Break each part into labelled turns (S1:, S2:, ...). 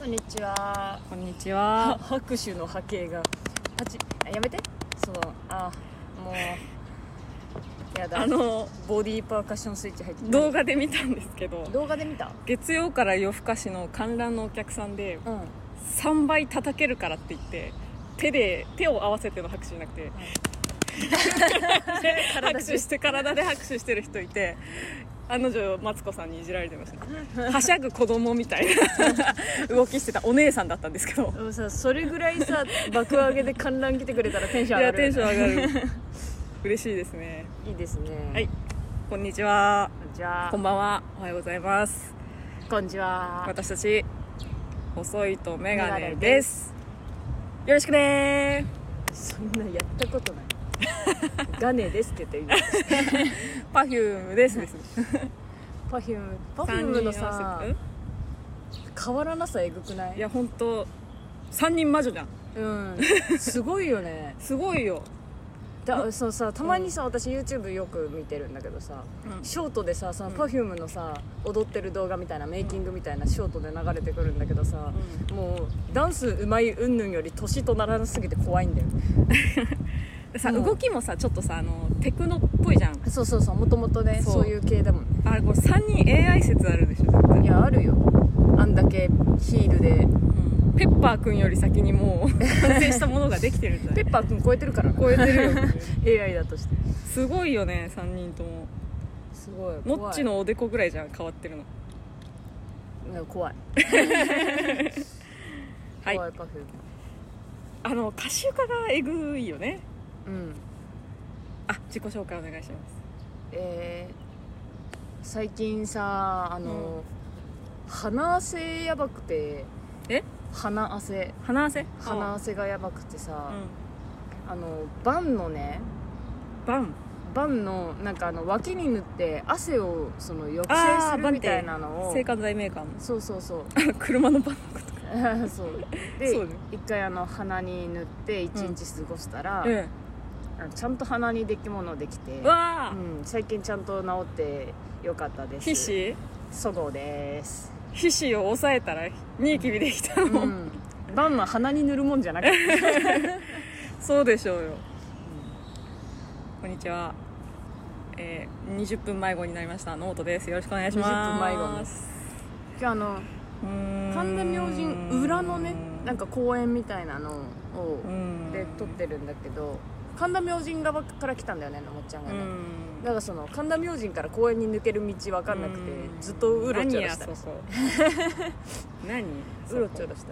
S1: こんにちは。
S2: こんにち
S1: は
S2: は。
S1: 拍手の波形が。パチ、あやめて。その、あ、もう。やだ。
S2: あの
S1: ボディーパーカッションスイッチ入って
S2: 動画で見たんですけど
S1: 動画で見た。
S2: 月曜から夜更かしの観覧のお客さんで
S1: うん。
S2: 3倍叩けるからって言って手で手を合わせての拍手じゃなくて
S1: 体
S2: 拍
S1: 中
S2: 手して体で拍手してる人いて案の定マツコさんにいじられてましたはしゃぐ子供みたいな動きしてたお姉さんだったんですけど
S1: でもさ、それぐらい さ、爆上げで観覧来てくれたらテンショ
S2: い
S1: ン上が
S2: や
S1: る。
S2: テンション上がる嬉しいですね
S1: いいですね。
S2: はいこんにちは
S1: こんにちは。
S2: こんばんはおはようございます
S1: こんにちは。
S2: 私たち細いとメガ
S1: メガネ
S2: ネ
S1: で
S2: ですよろしくね
S1: そんなやったことない。ガネですって 言って今
S2: パフュームですです
S1: パフュームパフュームのさ
S2: 三人合わ
S1: 変わらなさえぐくな
S2: せ
S1: い
S2: てんいや本当三人魔女じゃん
S1: うんすごいよね
S2: すごいよ、
S1: だそのさたまにさ私 YouTube よく見てるんだけどさショートでさその
S2: うん
S1: Perfume のさ踊ってる動画みたいなメイキングみたいなショートで流れてくるんだけどさもうダンスうまい云々より年とならなすぎて怖いんだよね
S2: でさ、
S1: うん
S2: 動きもさちょっとさあのテクノっぽいじゃん
S1: そうそうそうもともとね
S2: そう
S1: そういう系だもんね
S2: あれこれ3人 AI 説あるでしょ絶対
S1: いやあるよあんだけヒールで
S2: うんペッパーくんより先にもう 完成したものができてるんだ
S1: ペ
S2: よ
S1: ッパーくん超えてるから超えて るよ AI だとして
S2: すごいよね3人とも
S1: すごい怖い
S2: もっちのおでこぐらいじゃん変わってるの
S1: うん怖 い
S2: はい
S1: 怖いパフューム
S2: あの歌手化がえぐいよね
S1: うん
S2: あ自己紹介お願いします
S1: えー最近さあの、鼻汗やばくて
S2: え
S1: 鼻汗
S2: 鼻汗
S1: 鼻
S2: 汗
S1: 汗がやばくてさ
S2: う、
S1: あのバンのね
S2: んバン
S1: バンのなんかあの脇に塗って汗をその抑
S2: あ
S1: 制
S2: ー
S1: する
S2: バン
S1: み
S2: って
S1: たいなのを
S2: 生活大メーカーの
S1: そうそう そう
S2: あの 車のバンのこと
S1: そうで
S2: そうね
S1: 一回あの鼻に塗って一日過ごしたら、
S2: うん
S1: あのちゃんと鼻にできものできて
S2: うわあ、
S1: うん、最近ちゃんと治ってよかったです
S2: 皮脂
S1: そごうです
S2: 皮脂を抑えたらニキビできたもん、
S1: うん、バンは鼻に塗るもんじゃなくて
S2: そうでしょうよ、こんにちはえー、20分迷子になりましたノートですよろしくお願いします
S1: 20分迷子です今日あの
S2: うーん
S1: 神田明神裏のねなんか公園みたいなのを
S2: うん
S1: で撮ってるんだけど神田明神側から来たんだよねのもっちゃん
S2: う
S1: がね、
S2: ん
S1: だからその神田明神から公園に抜ける道分かんなくて
S2: うん
S1: ずっとうろちょろした
S2: 何
S1: ら
S2: や
S1: し
S2: そこ何
S1: いうろちょろしたらしい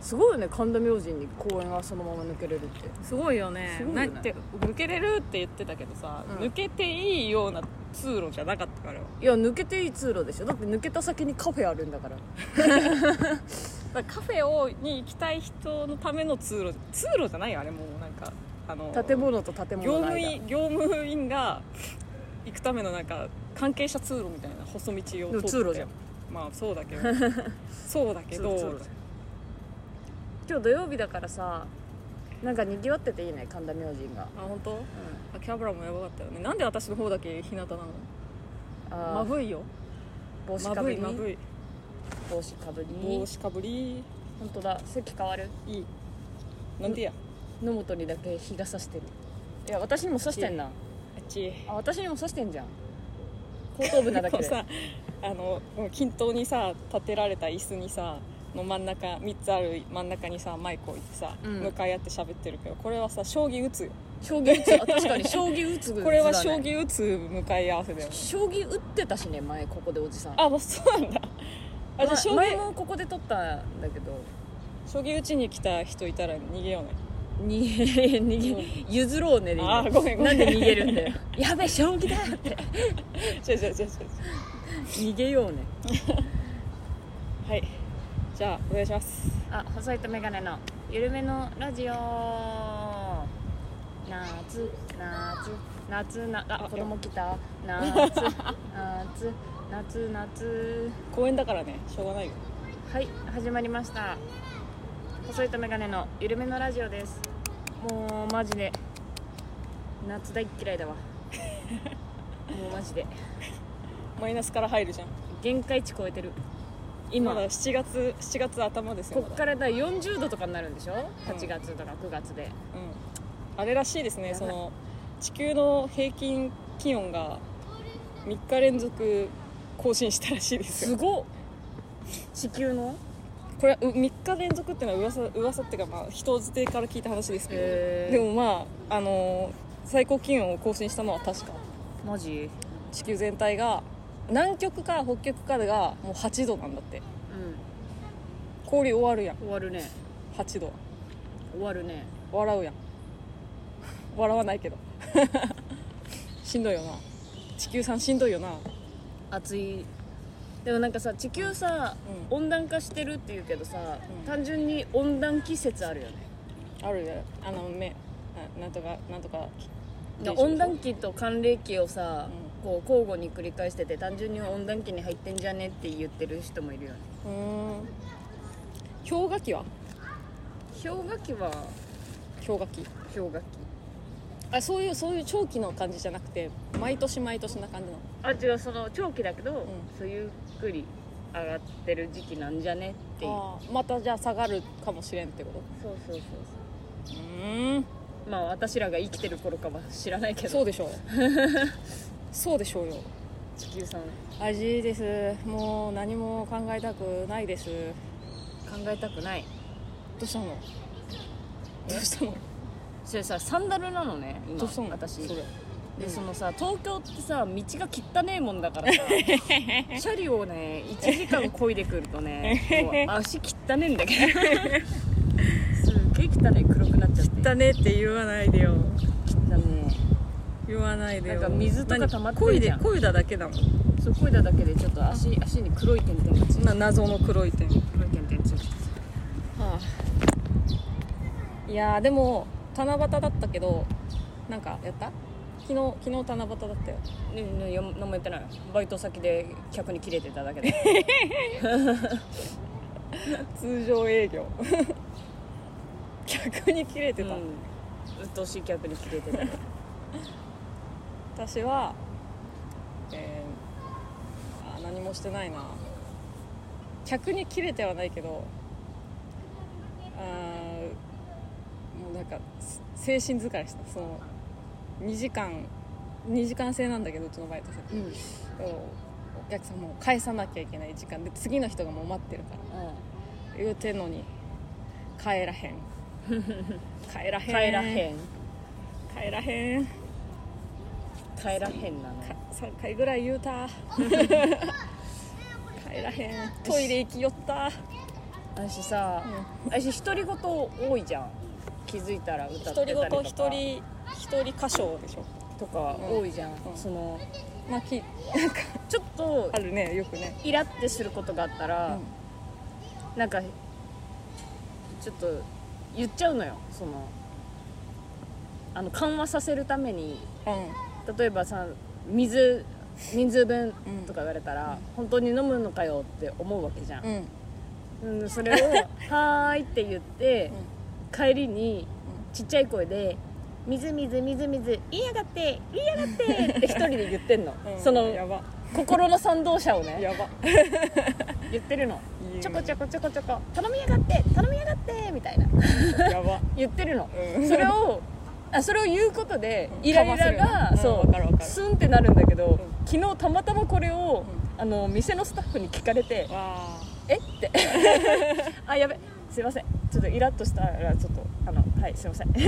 S1: すごいよね神田明神に公園がそのまま抜けれるって
S2: すごいよね
S1: すごいよね
S2: なんて抜けれるって言ってたけどさ、
S1: うん
S2: 抜けていいような通路じゃなかったから
S1: いや抜けていい通路でしょだって抜けた先にカフェあるんだから
S2: だからカフェをに行きたい人のための通路通路じゃないよあれもうなんかあの
S1: 建物と建
S2: 業
S1: 物の間
S2: 務員業務員が行くためのなんか関係者通路みたいな細道を通
S1: でも
S2: って
S1: 通路じゃん
S2: まあそうだ けどそうだけ
S1: そう
S2: ど
S1: そう今日土曜日だからさなんかにぎわってていいね神田明神が、
S2: あ本当秋葉原もやばかったよねなんで私の方だけ日向なの
S1: あ
S2: ま
S1: あ
S2: ぶいよ
S1: 帽子
S2: ま
S1: かぶ
S2: ぶ
S1: り
S2: いまぶい
S1: 帽子かぶり
S2: 帽子かぶり
S1: 本当だ席変わる
S2: いいなんでや
S1: 野本にだけ日が差してるいや私にも差してんな
S2: あっち
S1: あ私にも差してんじゃん 後頭部なだけ
S2: こう
S1: で
S2: さあの均等にさ立てられた椅子にさの真ん中3つある真ん中にさマイク置いてさ、
S1: うん
S2: 向かい合って喋ってるけどこれはさ将棋打つよ
S1: 将棋打つあ確かに将棋打つぐらい
S2: これは将棋打つ向かい合わせだよね
S1: 将棋打ってたしね前ここでおじさん
S2: あもうそうなんだあじゃあ将
S1: ま前
S2: 棋
S1: もここで撮ったんだけど
S2: 将棋打ちに来た人いたら逃げよ うね
S1: に逃げ譲ろうねでいいの
S2: あーごめんごめん
S1: なんで逃げるんだ よやべ将棋だって
S2: じゃあじゃあじゃあじゃ
S1: 逃げようね
S2: あはいじゃあお願いします
S1: あ細いとメガネのゆるめのラジオ夏夏夏なあ
S2: あ
S1: 子供来た夏夏夏夏
S2: 公園だからねしょうがないよ
S1: はい始まりました細いとメガネのゆるめのラジオですもうマジで夏大っ嫌いだわもうマジで
S2: マイナスから入るじゃん
S1: 限界値超えてる今
S2: まだ7月7月頭ですよ
S1: こ
S2: ま
S1: っ
S2: だ
S1: からだ40度とかになるんでしょ
S2: うん
S1: 8月とか9月で、
S2: うん、あれらしいです
S1: や
S2: ね
S1: ばい
S2: その地球の平均気温が3日連続更新したらしいです
S1: す
S2: よ
S1: ごっ地球の
S2: これはう3日連続っていうのは噂噂っていうか、まあ、人づてから聞いた話ですけど、
S1: へー
S2: でもまあ、あのー最高気温を更新したのは確か
S1: マジ
S2: 地球全体が南極か北極かがもう8度なんだって
S1: う
S2: 氷終わるやん
S1: ん終わるね
S2: 8度
S1: 終わるね
S2: 笑うやん笑わないけど しんどいよな地球さんしんどいよな
S1: 暑いでもなんかさ地球さ、
S2: う
S1: 温暖化してるっていうけどさ、
S2: うん
S1: 単純に温暖季節あるよね
S2: あるであのめななんとかなんとか
S1: だから温暖期と寒冷期をさ、
S2: う
S1: こう交互に繰り返してて単純に温暖期に入ってんじゃねって言ってる人もいるよね
S2: うーん氷河期は
S1: 氷河期は
S2: 氷河期
S1: 氷河期
S2: あそういうそういう長期の感じじゃなくて毎年毎年な感じなの
S1: あ違うその長期だけど、
S2: ん
S1: そうゆっくり上がってる時期なんじゃねっていう
S2: あーまたじゃあ下がるかもしれんってこと
S1: そうそうそう
S2: うーん
S1: そうまあ私らが生きてる頃かは知らないけ
S2: そ
S1: ど
S2: うでしょう そうでしょうよ
S1: 地球さん考
S2: 味いですもう何も考えたくないです
S1: えたくない
S2: どうしたのどうしたの
S1: それさサンダルなのね今
S2: どうしたの
S1: 私
S2: それ
S1: でそのさ東京ってさ道が汚ねえもんだ からさ車両をね1時間漕いでくると ねもう足汚ねえんだけどすっげえ汚ねえ黒くなっちゃって
S2: だねって言わないでよ
S1: 汚ね
S2: 言わないでよ
S1: なんか水とか溜まって
S2: 何
S1: るじゃん
S2: 漕いで漕いだだけだもん
S1: えそう漕いだだけでちょっと足足に黒い点々がつい
S2: そんな謎の黒い点
S1: 黒い点々ついてて
S2: はあ、いやーでも七夕だったけどなんかやった昨日昨日七夕だったよ
S1: ねねや何もやってないバイト先で客に切れてただ けで
S2: 通常営業 客に切れて
S1: う
S2: た、
S1: ん鬱陶しい客に切れてた
S2: 私は、えー、あー何もしてないな客に切れてはないけどあーもうなんかす精神疲れしたその2時間2時間制なんだけどうちのバイト先
S1: うん、うん、
S2: お客さんも返さなきゃいけない時間で次の人がもう待ってるから言うてんのに帰ら へん帰らへん
S1: 帰らへん
S2: 帰らへんか
S1: 帰らへんなの
S2: 3回ぐらい言うた帰らへんトイレ行きよった
S1: 私さ、私独り言多いじゃん気づいたら歌ってた
S2: 独
S1: り
S2: り
S1: とか
S2: 言一人一人歌唱でしょ
S1: とか
S2: うん
S1: 多いじゃん、
S2: うん
S1: その
S2: まあき
S1: ちょっと
S2: あるねよくね
S1: イラってすることがあったら、
S2: うん
S1: なんかちょっと言っちゃうのよそのあの緩和させるために
S2: う
S1: 例えばさ水人数分とか言われたら、本当に飲むのかよって思うわけじゃん
S2: んうん
S1: うん、それを「はーい」って言って、帰りにちっちゃい声で「水水水水言いやがって言いやがって」って一人で言ってんの、
S2: うん
S1: その
S2: やば
S1: 心の賛同者をね
S2: やば
S1: 言ってるの
S2: 言う
S1: ちょこちょこちょこちょこ頼みやがって頼みやがってみたいな
S2: やば
S1: 言ってるの、
S2: うん
S1: それをあそれを言うことで
S2: うん
S1: イライラ
S2: かわ
S1: が、
S2: せるよ
S1: そ
S2: ねうんわかるわか
S1: う
S2: る
S1: スンってなるんだけど、
S2: ん
S1: 昨日たまたまこれを、あの店のスタッフに聞かれて
S2: わ
S1: えって あやべすいませんちょっとイラッとしたらちょっとあのはいすいません ち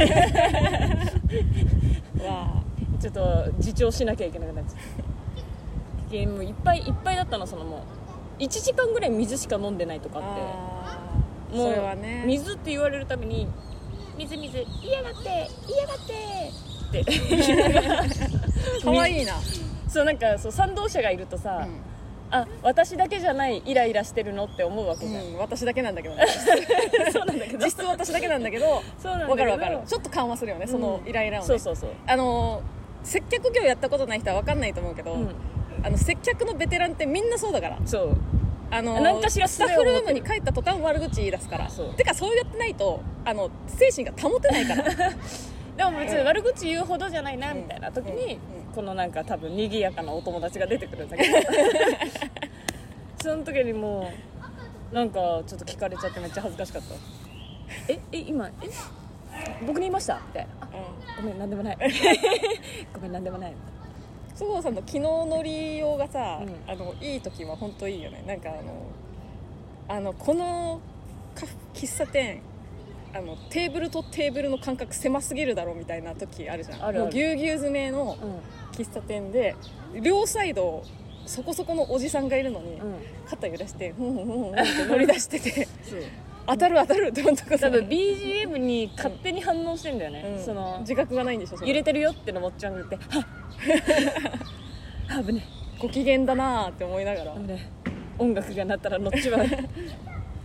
S2: ーわ
S1: ょっと自重しなきゃいけなくなっちゃったでもういっぱいいっぱいだったのそのもう1時間ぐらい水しか飲んでないとか
S2: ー
S1: あ
S2: あ
S1: って
S2: ー
S1: もう
S2: それはね
S1: 水って言われるために水水嫌がって嫌がってって
S2: かわいいな
S1: そうなんかそう賛同者がいるとさ、
S2: うん
S1: あ私だけじゃないイライラしてるのって思うわけじゃん、
S2: うん、私だけなんだけどね
S1: そうなんだけど
S2: 実質私だけなんだけど
S1: そうなんだけど
S2: わかるわかるちょっと緩和するよねその
S1: うん
S2: イライラを、ね
S1: そうそうそう
S2: あのー接客業やったことない人はわかんないと思うけど、
S1: うん
S2: あの接客のベテランってみんなそうだから
S1: そう
S2: あのー
S1: なんかしら
S2: ス
S1: す
S2: タ
S1: ごい
S2: ッフルームに帰った途端悪口言い出すから
S1: そう
S2: てかそうやってないとあの精神が保てないから
S1: でも別に悪口言うほどじゃないな
S2: うん
S1: みたいな時に、
S2: うん
S1: このなんか多 分賑やかなお友達が出てくるんだけどその時にもう
S2: なんかちょっと聞かれちゃってめっちゃ恥ずかしかった
S1: ええ今え僕に言いましたみたいなあ
S2: う
S1: ご
S2: ん
S1: めんなんでもない ごめんなんでもないみたいな
S2: 須藤さんの昨日の利用がさ、
S1: うん
S2: あのいい時は本当いいよねなんかあのあのこのカフ喫茶店あのテーブルとテーブルの間隔狭すぎるだろみたいな時あるじゃん
S1: あるある
S2: もうぎゅうぎゅう詰めの喫茶店で両サイドそこそこのおじさんがいるのに、
S1: うんうん
S2: 肩揺らしてふんふんふんふんって乗り出して て
S1: そう
S2: 当たる当たるって思ったこと
S1: 多分 BGM に勝手に反応してんだよね、
S2: うん
S1: その
S2: 自覚がないんでしょそれ
S1: 揺れてるよってのもっちゃんが言っては っ危ね
S2: ご機嫌だなーって思いながら
S1: え危ねえ音楽が鳴ったら乗っち まう、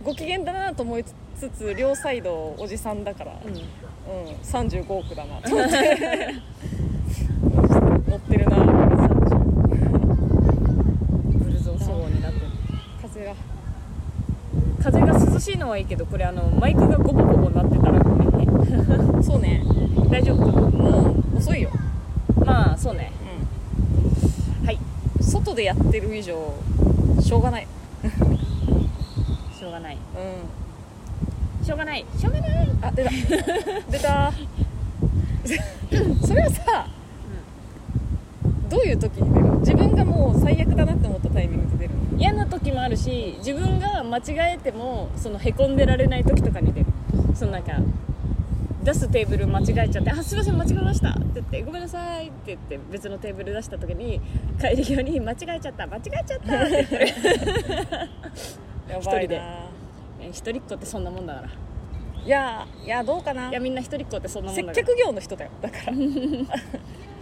S2: ご機嫌だなと思いつつ両サイドおじさんだから、
S1: うん
S2: うん、35億だなと思って 乗ってるな
S1: ブルゾン騒音になってる
S2: 風が
S1: 風が涼しいのはいいけどこれあのマイクがゴボゴボなってたらごめんね
S2: そうね
S1: 大丈夫か
S2: もう遅いよ、
S1: なまあそうね
S2: うん、
S1: はい
S2: 外でやってる以上しょうがない、
S1: しょうがない
S2: うん、
S1: しょうがないしょうがない、
S2: あ出た出た それはさどういう時に出るの自分がもう最悪だなって思ったタイミングで出るの
S1: 嫌な時もあるし自分が間違えてもそのへこんでられない時とかに出るそのなんか出すテーブル間違えちゃって「あすいません間違えました」って言って「ごめんなさい」って言って別のテーブル出した時に帰り際に「間違えちゃった間違えちゃった」って言ってる
S2: や
S1: ば
S2: ば
S1: い
S2: い
S1: な
S2: ない
S1: 一人っ子ってそんなもんだからい
S2: やいやどうかな
S1: やみんな一人っ子ってそんなも
S2: 接
S1: んだから
S2: 客業の人だよだから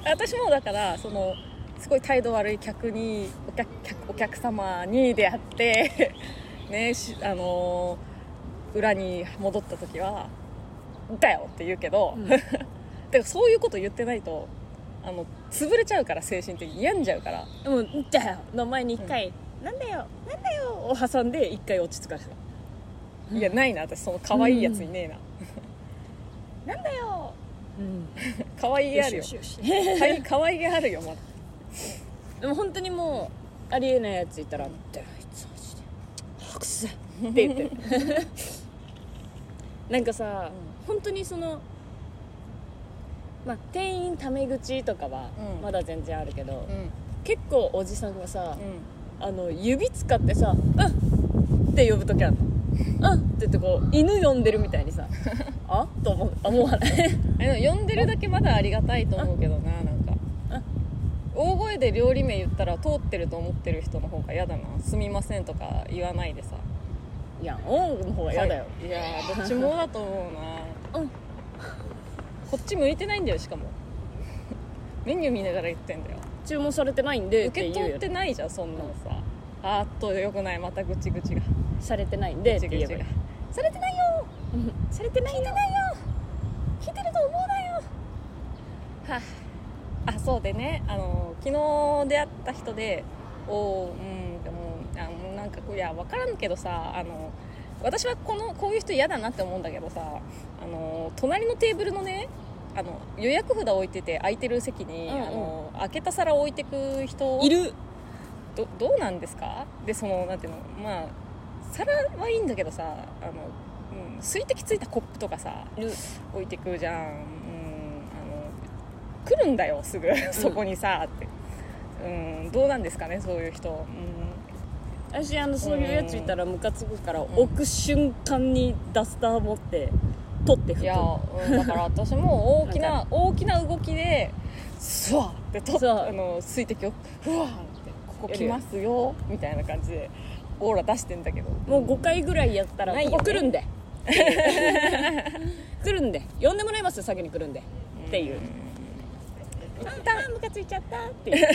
S2: 私もだからそのすごい態度悪い客にお客客お客様に出会って ねしあのー裏に戻った時は「だよ!」って言うけど、
S1: うん
S2: だからそういうこと言ってないとあの潰れちゃうから精神的に病んじゃうから
S1: でも「だよ」の前に一回「なんだよなんだよ」を挟んで一回落ち着かせる
S2: いやないな私その可愛いやついねえ
S1: 「
S2: な、
S1: なんだよ」うん
S2: 可愛いあるよ
S1: しよし
S2: かい可愛げあるよまだ
S1: でも本当にもうありえないやついたら「ってあいつマジで白せ」って言って なんかさ、本当にそのまあ店員タメ口とかは
S2: うん
S1: まだ全然あるけど、
S2: うん
S1: 結構おじさんがさ、
S2: うん
S1: あの指使ってさ「うん」って呼ぶ時あるの「うん」って言ってこう犬呼んでるみたいに さ「あと思うあ思わない
S2: えでも呼んでるだけまだありがたいと思うけどななんか
S1: あ
S2: 大声で料理名言ったら通ってると思ってる人の方が嫌だな「すみません」とか言わないでさ
S1: いや「うん」の方が嫌だよ、
S2: いやーどっちもだと思うな
S1: うん
S2: こっち向いてないんだよしかもメニュー見ながら言ってんだよ
S1: 注文されてないんでっ
S2: 受
S1: て言
S2: け
S1: う
S2: 取
S1: よ
S2: っ
S1: ね
S2: てないじゃんそんなのさあーっとよくないまたぐちぐちが
S1: されてないんでっ
S2: ぐち
S1: て
S2: ぐ
S1: 言え
S2: ち
S1: ばいい
S2: がされてないよ
S1: されてないんだないよ
S2: 聞いてると思うなよはああそうでねあの昨日出会った人でおーうんでもあもうなんかこういや分からんけどさあの私はこのこういう人嫌だなって思うんだけどさあの隣のテーブルのねあの予約札置いてて空いてる席に、
S1: うんうん
S2: あの開けた皿置いてく人
S1: いる
S2: どどうなんですかでそのなんていうのまあ皿はいいんだけどさあの、うん、水滴ついたコップとかさ
S1: いる
S2: 置いてくじゃん、うん、あの来るんだよすぐそこにさ、って、うん、どうなんですかねそういう人、うん、
S1: 私あのそういうやついたらムカつくから、
S2: ん
S1: 置く瞬間にダスター持って取って拭く
S2: いや、うん、だから私も大きな
S1: な
S2: 大きな動きでスワーってと
S1: そう
S2: あの水滴をふわーってここ来ますよみたいな感じでオーラ出してんだけど
S1: もう5回ぐらいやったら、
S2: ないよね
S1: ここ来るん で来るんで呼んでもらいますよ先に来るんでっていうあムカついちゃったって いう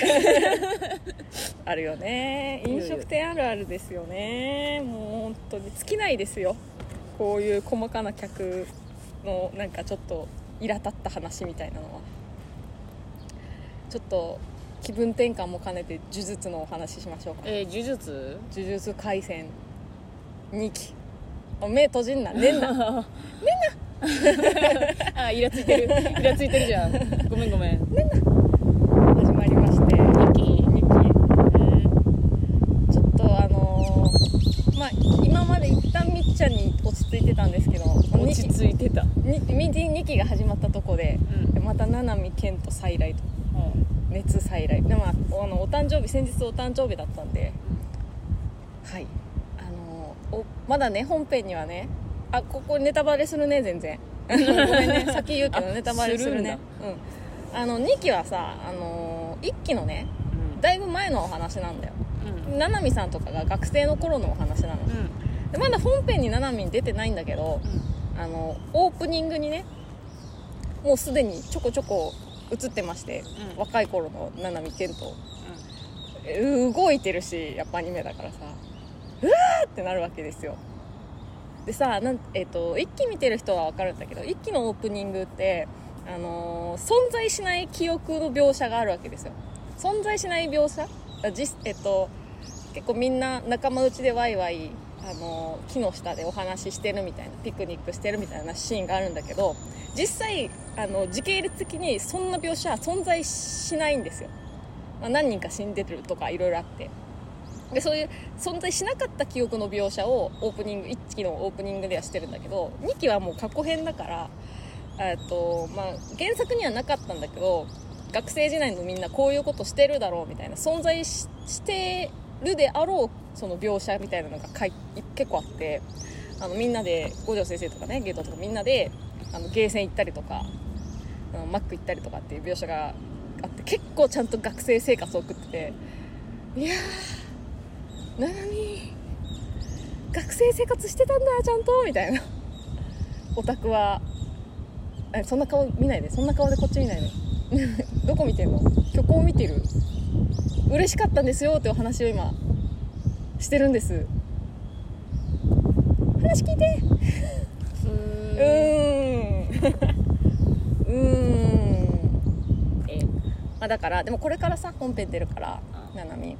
S2: あるよね飲食店あるあるですよねもう本当に尽きないですよこういう細かな客のなんかちょっと苛立った話みたいなのはちょっと気分転換も兼ねて呪術のお話ししましょうか
S1: えー、呪術
S2: 呪術廻戦2期お目閉じんなねんな
S1: あイラついて るイラついてるじゃんごめんごめん
S2: 始まりまして2期2
S1: え
S2: 期
S1: ー
S2: ちょっとあのーまあ今までちゃんに落ち着いてたんですけど
S1: 落ち着いてた、
S2: 2, 2期が始まったとこで
S1: うん
S2: また七海健と再来と熱再来でもあのお誕生日先日お誕生日だったんではいあのおまだね本編にはねあここネタバレするね全然ごめんね先言うけど
S1: あ
S2: ネタバレするねうんあの2期はさあの1期のねだいぶ前のお話なんだよ
S1: うん
S2: 七海さんとかが学生の頃のお話なの
S1: うん
S2: でまだ本編に七海出てないんだけどあのオープニングにねもうすでにちょこちょこ映ってまして、
S1: うん
S2: 若い頃の七海健とえ動いてるしやっぱアニメだからさうわーってなるわけですよでさなん、えっと一期見てる人は分かるんだけど一期のオープニングって、あのー存在しない記憶の描写があるわけですよ存在しない描写あ実えっと結構みんな仲間内でワイワイ、あのー木の下でお話ししてるみたいなピクニックしてるみたいなシーンがあるんだけど実際あの時系列的にそんな描写は存在しないんですよまあ、何人か死んでるとかいろいろあってでそういう存在しなかった記憶の描写をオープニング1期のオープニングではしてるんだけど2期はもう過去編だから、えっとまあ、原作にはなかったんだけど学生時代のみんなこういうことしてるだろうみたいな存在ししてるであろうその描写みたいなのがかい結構あってあのみんなで五条先生とかねゲートとかみんなであのゲーセン行ったりとかあのマック行ったりとかっていう描写があって結構ちゃんと学生生活を送ってていやーななみ学生生活してたんだちゃんとみたいなオタクはえそんな顔見ないでそんな顔でこっち見ないで どこ見てんの虚構見てる嬉しかったんですよってお話を今してるんです話聞いてう
S1: うん
S2: ーん うーん
S1: え
S2: まあ、だからでもこれからさ本編出るから
S1: うん
S2: ななみ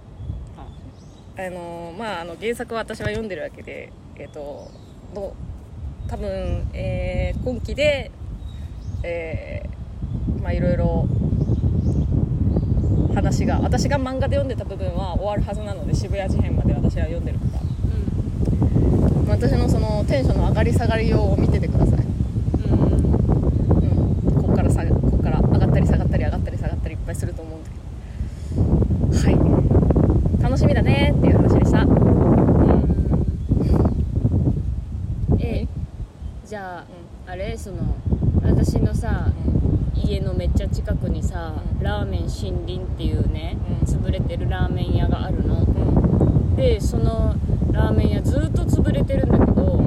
S1: あ
S2: あのーまああの原作は私は読んでるわけでえっ、とどう多分、えー今期でえーまあいろいろ話が私が漫画で読んでた部分は終わるはずなので渋谷事変まで私は読んでるから
S1: うん
S2: まあ私のそのテンションの上がり下がりを見ててください
S1: うん
S2: うん、ここからさここから上がったり下がったり上がったり下がったりいっぱいすると思うんだけどはい楽しみだねっていう話でしたうん
S1: えじゃああれその私のさ家のめっちゃ近くにさ
S2: うん
S1: ラーメン森林っていうね
S2: うん
S1: 潰れてるラーメン屋があるの
S2: うん
S1: でそのラーメン屋ずっと潰れてるんだけどこ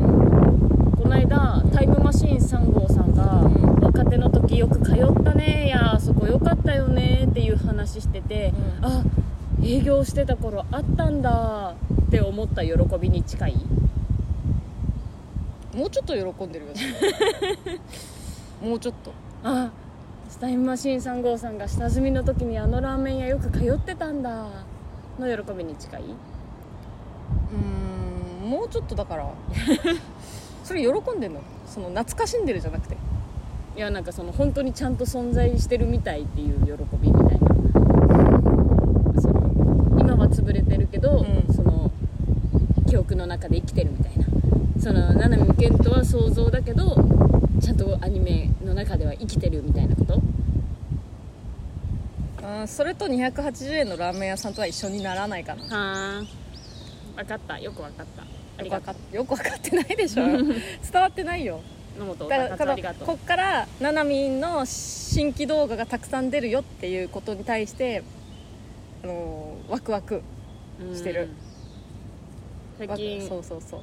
S1: の間タイムマシーン3号さんが
S2: うん
S1: 若手の時よく通ったねいやあそこ良かったよねっていう話してて
S2: うん
S1: あ営業してた頃あったんだって思った喜びに近い
S2: もうちょっと喜んでるよ もうちょっと
S1: あタイムマシーン3号さんが下積みの時にあのラーメン屋よく通ってたんだの喜びに近い
S2: うんもうちょっとだ からそれ喜んでんのその懐かしんでるじゃなくて
S1: いやなんかその本当にちゃんと存在してるみたいっていう喜びみたいなその今は潰れてるけど、
S2: うん
S1: その記憶の中で生きてるみたいなその七海健人は想像だけどちゃんとアニメの中では生きてるみたいなこと
S2: うんそれと280円のラーメン屋さんとは一緒にならないかな
S1: はあ分かったよく分かったありが
S2: よく
S1: と
S2: わかよく分かってないで しょ伝わってないよ
S1: う野本お
S2: だ
S1: たか
S2: か
S1: つ
S2: ら
S1: あ
S2: こ
S1: りがとう
S2: こっからななみんの新規動画がたくさん出るよっていうことに対して、あのーワクワクしてる
S1: うん
S2: ワ
S1: 最
S2: クそ
S1: 近
S2: うそうそう、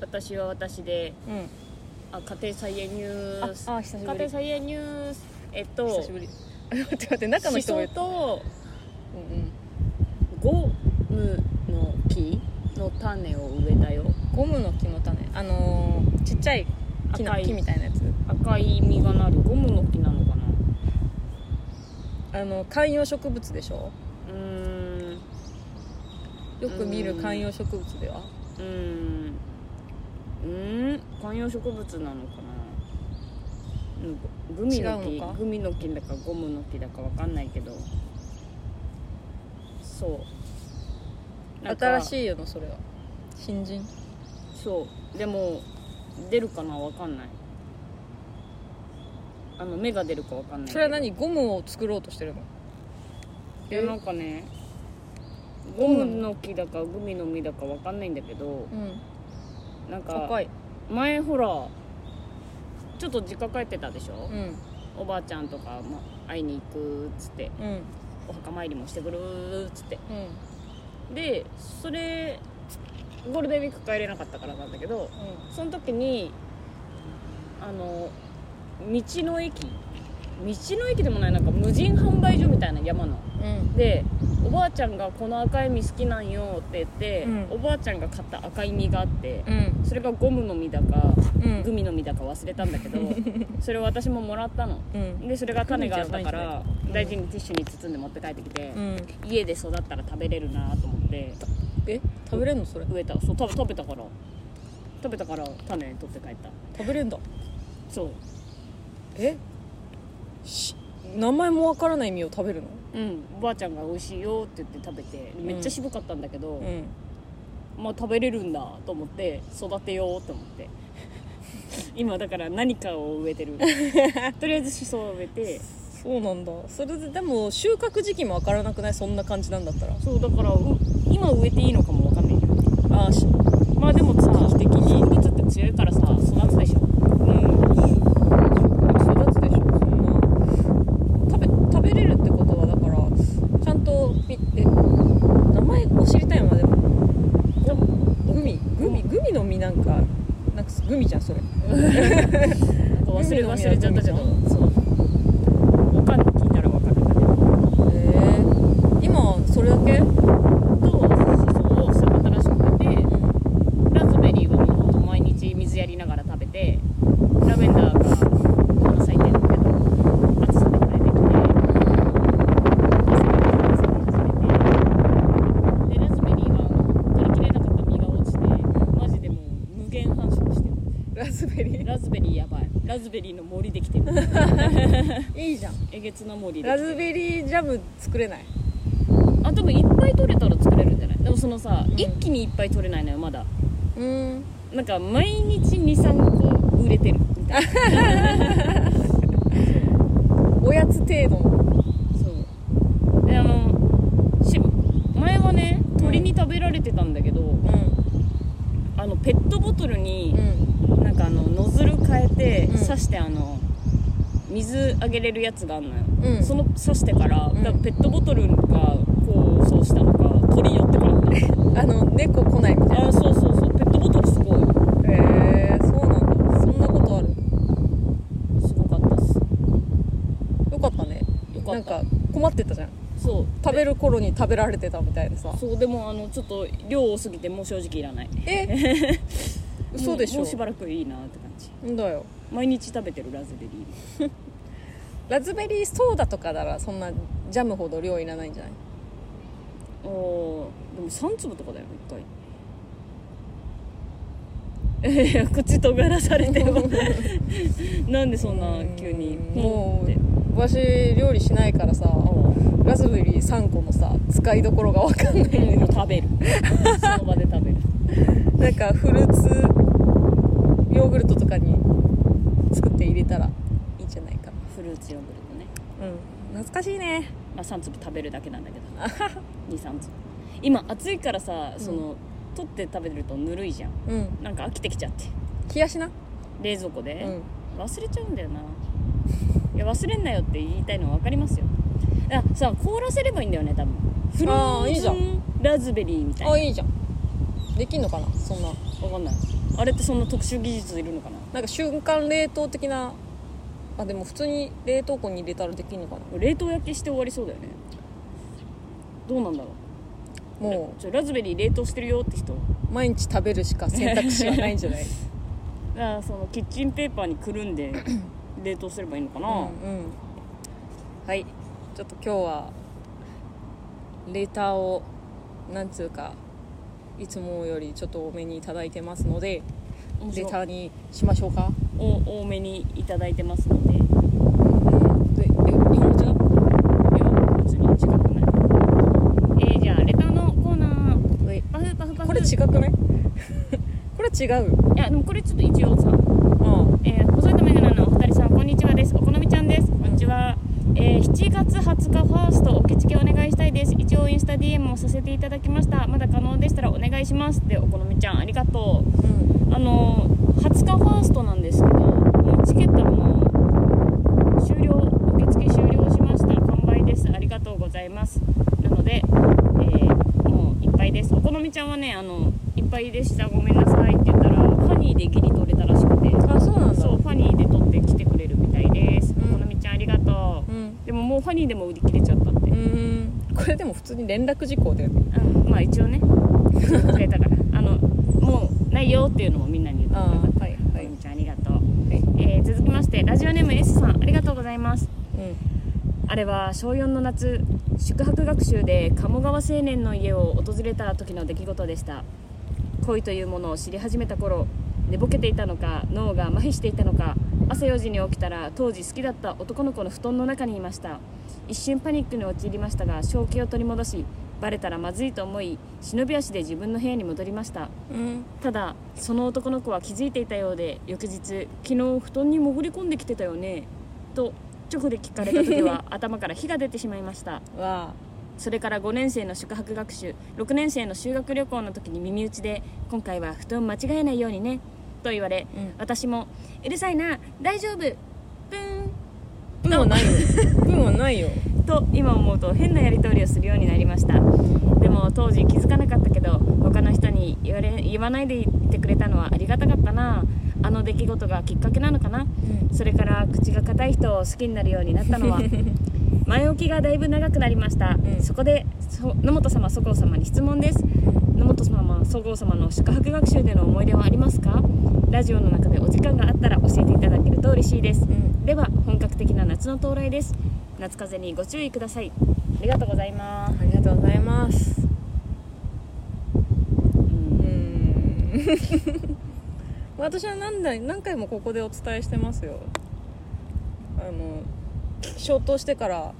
S1: 私は私で
S2: うん、
S1: あ家庭菜園ニュ
S2: ああ
S1: ース
S2: 久しぶ
S1: 家庭
S2: り
S1: 菜園ニュースえっ
S2: 久
S1: と
S2: しぶり待って待って中の
S1: シ
S2: 人も
S1: ソ
S2: 言った、
S1: と
S2: うんうん、
S1: ゴムの木の種を植えたよ
S2: ゴムの木の種あのーちっちゃい木の
S1: 赤い
S2: 木みたいなやつ
S1: 赤い実がなるゴムの木なのかな
S2: あの観葉植物でしょ
S1: うーんう
S2: よく見る観葉植物では
S1: ーんうーん観葉植物なのかなうんグミの
S2: 違う
S1: 木
S2: のか
S1: グミの木だかゴムの木だかわかんないけどそうなんか
S2: 新しいよなそれは新人
S1: そうでも出るかなわかんないあの芽が出るかわかんないけど
S2: それは何ゴムを作ろうとしてるの
S1: いやなんかねゴムの木だかグミの実だかわかんないんだけど
S2: うん
S1: なんか
S2: 高い
S1: 前ほらちょっと実家帰ってたでしょ、
S2: うん
S1: おばあちゃんとかも会いに行くっつって
S2: うん
S1: お墓参りもしてくるっつって
S2: うん
S1: でそれゴールデンウィーク帰れなかったからなんだけどその時にあの道の駅道の駅でもないなんか無人販売所みたいな山の
S2: うん
S1: でおばあちゃんが「この赤い実好きなんよ」って言って、
S2: うん
S1: おばあちゃんが買った赤い実があって、
S2: うん
S1: それがゴムの実だか
S2: うん
S1: グミの実だか忘れたんだけ どそれを私ももらったの
S2: うん
S1: でそれが種があったから
S2: うん
S1: 大事にティッシュに包んで持って帰ってきて、
S2: うん
S1: 家で育ったら食べれるなと思って
S2: え食べれんのそれ
S1: 植えたそう食べ食べたから食べたから種取って帰った
S2: 食べれんだ
S1: そう
S2: えし名前もわからない実を食べるの
S1: うんおばあちゃんが美味しいよって言って食べてめっちゃしぶかったんだけど、
S2: うん
S1: まあ食べれるんだと思って育てようと思って 今だから何かを植えてるとりあえずしそを植えて
S2: そうなんだそれででも収穫時期もわからなくないそんな感じなんだったら
S1: そうだからう今植えていいのかもわかんないけどね
S2: ああし
S1: まあでもさ植物って強いからさ育つでしょ
S2: うん育つでしょそんな食べ食べれるってことはだからちゃんとみえ名前を知りたいわでも
S1: でも
S2: グミグミグミの実なんかなんかグミじゃんそれ
S1: なんか忘れ
S2: 海の
S1: 忘
S2: 海
S1: れちゃったけどそうおかんに聞いたらわかるんだけど
S2: えー、今それだけ、うん、
S1: としそを新しく植えてラズベリーはもう毎日水やりながら食べてラベンダーが花咲いてるんだけど暑さで枯れてきてでラズベリーはあの取りきれなかった実が落ちてマジでもう無限繁殖してる
S2: ラズベリ
S1: ラズベリーやばいラズベリーの森できてる
S2: ーいいじゃん
S1: えげつな森で
S2: ラ
S1: きて
S2: ズ
S1: る
S2: ベリージャム作れない
S1: あでもいっぱい取れたら作れるんじゃないでもそのさ、
S2: うん
S1: 一気にいっぱい取れないのよまだ
S2: うん
S1: なんか毎日23個売れてるみたいな
S2: おやつ程度の
S1: そうであのし前はね鳥に食べられてたんだけど、
S2: う
S1: あのペットボトルに
S2: ん、うん、
S1: なんかあのノズル変えて、
S2: うん
S1: 刺してあの水あげれるやつがあんのよ、
S2: うん
S1: その刺してから,、
S2: うん
S1: ペットボトルがこうそうしたのか鳥寄ってこ なくなった
S2: あの猫来ないみたいな
S1: あーそうそうそうペットボトルすごい
S2: へえー、そうなんだそんなことある
S1: すごかったっす
S2: よかったね
S1: よか
S2: な
S1: っ
S2: ん
S1: た
S2: か困ってたじゃん
S1: そう
S2: 食べる頃に食べられてたみたいなさ
S1: そうでもあのちょっと量多すぎてもう正直いらない
S2: え 嘘でし
S1: もう
S2: ょ
S1: もうしばらくいいなって感じ
S2: んだよ
S1: 毎日食べてるラズベリー
S2: ラズベリーソーダとかならそんなジャムほど量いらないんじゃない
S1: あーでも3粒とかだよ1回いや口尖らされて もなんでそんな急に
S2: も
S1: って
S2: うわし料理しないからさ
S1: あー
S2: ラズベリー3個のさ使いどころが分かんない
S1: もう食べるその場で食べる
S2: なんかフルーツヨーグルトとかに作って入れたらいいんじゃないか
S1: フルーツヨーグルトね
S2: うん懐かしいね
S1: まあ、3粒食べるだけなんだけど23 粒今暑いからさその、取って食べてるとぬるいじゃん
S2: うん
S1: なんか飽きてきちゃって
S2: 冷やしな
S1: 冷蔵庫で、
S2: うん
S1: 忘れちゃうんだよないや忘れんなよって言いたいのは分かりますよだからさ凍らせればいいんだよね多分フロ
S2: あーいい
S1: ー
S2: じ
S1: ズ
S2: ゃん
S1: ンラズベリーみたいな
S2: あいいじゃんできんのかなそんな
S1: 分かんないあれってそんな特殊技術いるのかな
S2: なんか瞬間冷凍的なあでも普通に冷凍庫に入れたらできんのかな
S1: 冷凍焼けして終わりそうだよねどうなんだろう
S2: も
S1: ちょラズベリー冷凍してるよって人
S2: う毎日食べるしか選択肢はないんじゃない
S1: だからそのキッチンペーパーにくるん で冷凍すればいいのかな、
S2: うん、うん、はいちょっと今日はレターをなんつうかいつもよりちょっと多めにいただいてますので
S1: 面
S2: レ
S1: 白い
S2: ターにしましょうか
S1: お多めにいただいてますのでいや
S2: でえ日本語じゃなく
S1: 別に近くないえー、じゃあレターのコーナーパフパフパフ
S2: これ違くないこれ違う
S1: いやでもこれちょっと一応さ、
S2: うん
S1: えー、細いとめぐらのお二人さんこんにちはですお好みちゃんですこんにちは、えー、7月20日ファーストおけちけお願いしたいです一応インスタ DM もさせていただきましたまだ可能でしたらお願いしますでお好みちゃんありがとう
S2: うん
S1: あのー、20日ファーストなんですけどもうチケットも終了受付終了しました完売ですありがとうございますなので、えーもういっぱいですお好みちゃんはねあのいっぱいでしたごめんなさいって言ったらファニーでギリ取れたらしくて
S2: あそうなんだ
S1: そうファニーで取ってきてくれるみたいです、
S2: うん
S1: お好みちゃんありがと
S2: うん
S1: うでももうファニーでも売り切れちゃったって、
S2: うーんこれでも普通に連絡事項だよね
S1: うん、まあ一応 ねくれたからあのもうないよっていうのもみんなに言ってくれたから
S2: はいは
S1: はいい、みちゃんありがとう、
S2: はい
S1: えー続きましてラジオネーム S さんありがとうございます
S2: うん
S1: あれは小4の夏宿泊学習で鴨川青年の家を訪れた時の出来事でした恋というものを知り始めた頃寝ぼけていたのか脳が麻痺していたのか朝4時に起きたら当時好きだった男の子の布団の中にいました一瞬パニックに陥りましたが正気を取り戻しバレたらまずいと思い忍び足で自分の部屋に戻りました
S2: うん
S1: ただその男の子は気づいていたようで翌日「昨日布団に潜り込んできてたよね」と直で聞かれた時は頭から火が出てしまいました
S2: わ
S1: それから5年生の宿泊学習6年生の修学旅行の時に耳打ちで「今回は布団間違えないようにね」と言われ、
S2: うん
S1: 私も「うるさいな大丈夫プーン
S2: 分はないよ分はないよ」
S1: と今思うと変なやり取りをするようになりましたでも当時気づかなかったけど他の人に言われ言わないでいてくれたのはありがたかったなあの出来事がきっかけなのかなそれから口が硬い人を好きになるようになったのは前置きがだいぶ長くなりました、
S2: うん
S1: そこでそ野本様そごう様に質問です野本様そごう様の宿泊学習での思い出はありますかラジオの中でお時間があったら教えていただけると嬉しいです
S2: うん
S1: では本格的な夏の到来です夏風邪にご注意くださいありがとうございます
S2: ありがとうございます
S1: う
S2: うんん私は何だ何回もここでお伝えしてますよあの消灯してから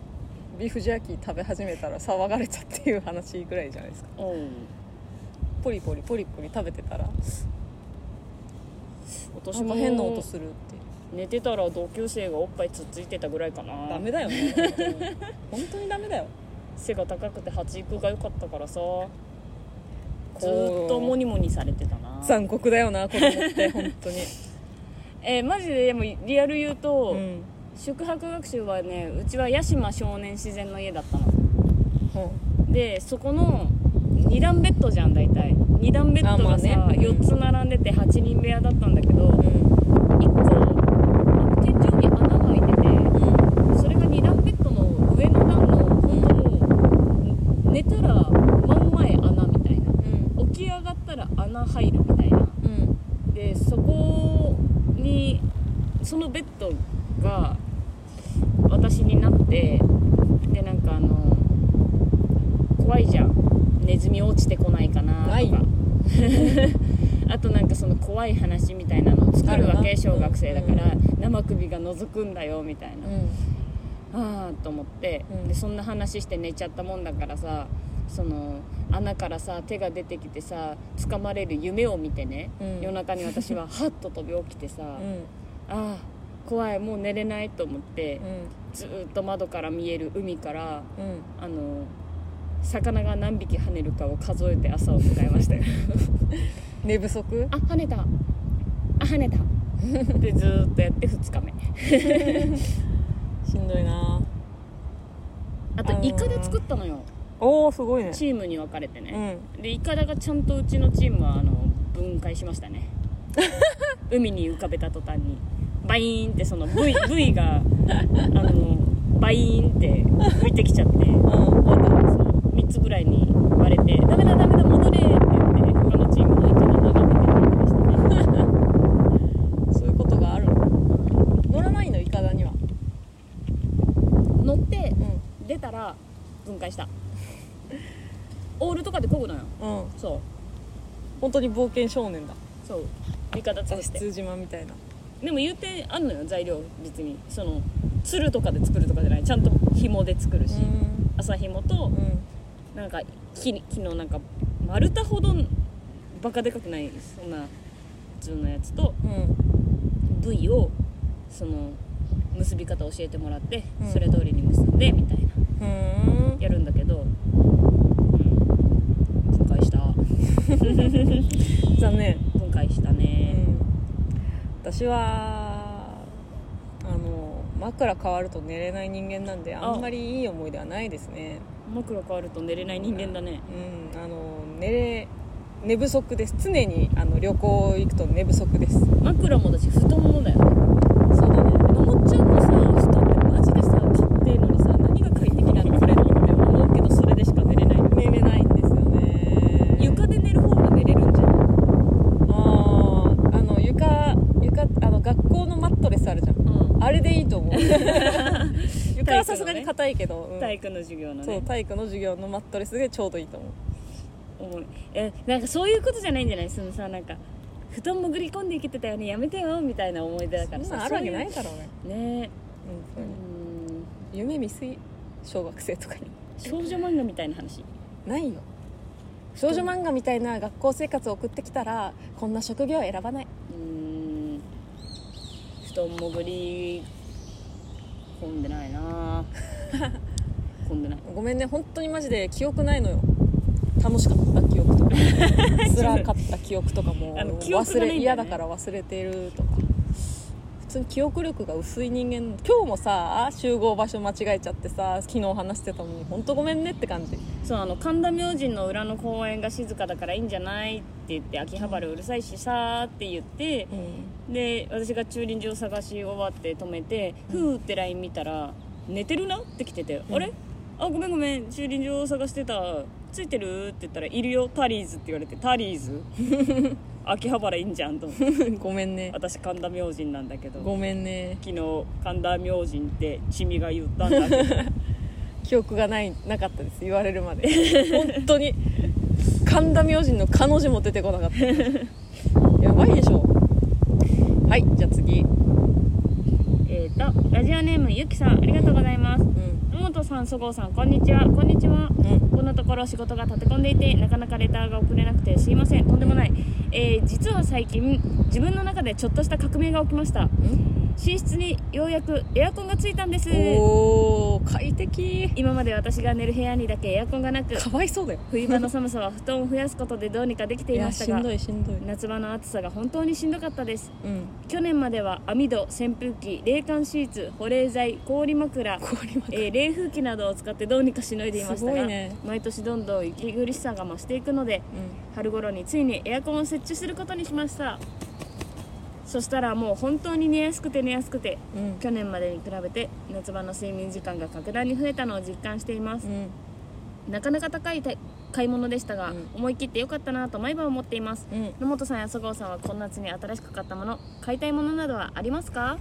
S2: ビーフジャーキー食べ始めたら騒がれたっていう話ぐらいじゃないですか
S1: おう
S2: ポリポリポリポリ食べてたら
S1: 私
S2: なん
S1: も
S2: か変な音するって
S1: 寝てたら同級生がおっぱいつっついてたぐらいかな
S2: ダメだよね本当に本当にダメだよ
S1: 背が高くて発育が良かったからさず
S2: こう
S1: ーっとモニモニされてたな
S2: 残酷だよな子供って本当に
S1: えーマジででもリアル言うと、
S2: うん
S1: 宿泊学習はねうちは屋島少年自然の家だったの
S2: ほ
S1: でそこの2段ベッドじゃん大体2段ベッドがさ、
S2: あまあねうん
S1: 4つ並んでて8人部屋だったんだけど
S2: ううん
S1: 1個あの天井に穴が開いててそれが2段ベッドの上の段の本当もう寝たら真ん前穴みたいな
S2: うん
S1: 起き上がったら穴入るみたいな
S2: うん
S1: でそこにそのベッドが私になってでなんかあの怖いじゃんネズミ落ちてこないかなとか
S2: ないよ
S1: あとなんかその怖い話みたいなのを作るわ
S2: ある
S1: け
S2: な
S1: 小学生だから、生首が覗くんだよみたいな、
S2: うん
S1: ああと思って、
S2: うん
S1: でそんな話して寝ちゃったもんだからさその穴からさ手が出てきてさ掴まれる夢を見てね、
S2: うん
S1: 夜中に私は ハッと飛び起きてさ、あ
S2: うん
S1: あ怖いもう寝れないと思って、ずーっと窓から見える海から
S2: うん
S1: あの魚が何匹跳ねるかを数えて朝を迎えま したよ
S2: 寝不足
S1: あ跳ねたあ跳ねた でずーっとやって2日目
S2: しんどいな
S1: あと
S2: あのー
S1: イカで作ったのよ
S2: おおすごいね
S1: チームに分かれてね、
S2: うん
S1: でイカダがちゃんとうちのチームはあの分解しましたね海に浮かべた途端にバイーンってその V, v があのバイーンって浮いてきちゃって
S2: うん終わっ
S1: 3つぐらいに割れて「ダメだダメだ戻れ!」って言って他のチームのイカダ眺めてくれましたね
S2: たそういうことがある乗らないのイカダには
S1: 乗って
S2: うん
S1: 出たら分解したオールとかで漕ぐのよ
S2: うん
S1: そう
S2: 本当に冒険少年だ
S1: そうイカダ作って
S2: 羊島みたいな
S1: でも言うてあんのよ材料別にそのつるとかで作るとかじゃないちゃんと紐で作るし、
S2: ん
S1: 麻紐と
S2: うん
S1: なんか木木のなんか丸太ほどバカでかくないそんな通のやつと
S2: うん、
S1: V をその結び方教えてもらって、
S2: うん
S1: それ通りに結んでみたいな
S2: ふーん
S1: やるんだけど、うん、分解した
S2: 残念、
S1: 分解したね、
S2: 私はあの枕変わると寝れない人間なんであんまりいい思い出はないですね
S1: 枕変わると寝れない人間だね
S2: うんあの寝れ寝不足です常にあの旅行行くと寝不足ですそ
S1: 枕もだし布団もだよね
S2: うだね
S1: のもっちゃんのさ布団ってマジでさ買ってんのにさ何が快適なのこれのって思うけどそれでしか寝れない
S2: 寝れないんですよね
S1: 床で寝る方が寝れるんじゃない
S2: あーあの床床あの学校のマットレスあるじゃん
S1: うん
S2: あれでいいと 思う床はさす
S1: 体育の
S2: が
S1: ね
S2: に硬いけど、うん
S1: 体育の授業の
S2: そう
S1: ね
S2: 体育の授業のマットレスでちょうどいいと思う
S1: おもろいえなんかそういうことじゃないんじゃないそのさなんか布団潜り込んでいけてたよねやめてよみたいな思い出だから
S2: そん
S1: さ
S2: なんあるわけな
S1: そ
S2: いだろう
S1: うい
S2: ね
S1: うね
S2: 本
S1: う
S2: 当に
S1: ん
S2: 夢見すぎ小学生とかに
S1: 少女漫画みたいな話
S2: ないよ少女漫画みたいな学校生活を送ってきたらこんな職業は選ばないう
S1: ーん布団潜り込んでないな 込んでない
S2: ごめんね本当にマジで記憶ないのよ楽しかった記憶 とか辛かった記憶とかも
S1: あの記憶
S2: 忘
S1: がないんだ
S2: れ、
S1: よね
S2: 嫌だから忘れてるとか普通に記憶力が薄い人間今日もさ集合場所間違えちゃってさ昨日話してたのに本当ごめんねって感じ
S1: そうあの神田明神の裏の公園が静かだからいいんじゃないって言って秋葉原うるさいしさーって言って
S2: うん
S1: で私が駐輪場探し終わって止めて「ふー」って LINE 見たら「寝てるな?」って来てて「
S2: うん
S1: あれあごめんごめん駐輪場探してたついてる?」って言ったら「いるよタリーズ」って言われて「タリーズ? 」 秋葉原いいんじゃんと思って
S2: ごめんね
S1: 私神田明神なんだけど
S2: ごめんね
S1: 昨日神田明神ってチミが言ったんだけど
S2: 記憶がないなかったです言われるまで本当に神田明神の彼女も出てこなかったやばいでしょはいじゃあ次
S1: えっとラジオネームゆきさんありがとうございます
S2: うん
S1: 野本さんそごうさんこんにちはこんにちは
S2: うん
S1: このところ仕事が立て込んでいてなかなかレターが送れなくてすいませんとんでもない、えー実は最近自分の中でちょっとした革命が起きました寝室にようやくエアコンがついたんです
S2: おー快適
S1: 今まで私が寝る部屋にだけエアコンがなく
S2: かわいそうだよ
S1: 冬場の寒さは布団を増やすことでどうにかできて
S2: い
S1: いま
S2: や
S1: し
S2: した
S1: が
S2: んどいしんどい
S1: 夏場の暑さが本当にしんどかったです
S2: うん
S1: 去年までは網戸扇風機冷感シーツ保冷剤氷枕
S2: 氷まで
S1: えー冷風機などを使ってどうにかしのいでいました
S2: すご
S1: が、
S2: いね
S1: 毎年どんどん息苦しさが増していくので春頃についにエアコンを設置することにしましたそしたらもう本当に寝やすくて寝やすくて
S2: うんうん
S1: 去年までに比べて夏場の睡眠時間が格段に増えたのを実感しています
S2: う、ん
S1: なかなか高いた買い物でしたが、
S2: うん
S1: 思い切ってよかったなと毎晩思っています
S2: うん
S1: 野本さんやそごうさんはこの夏に新しく買ったもの買いたいものなどはありますか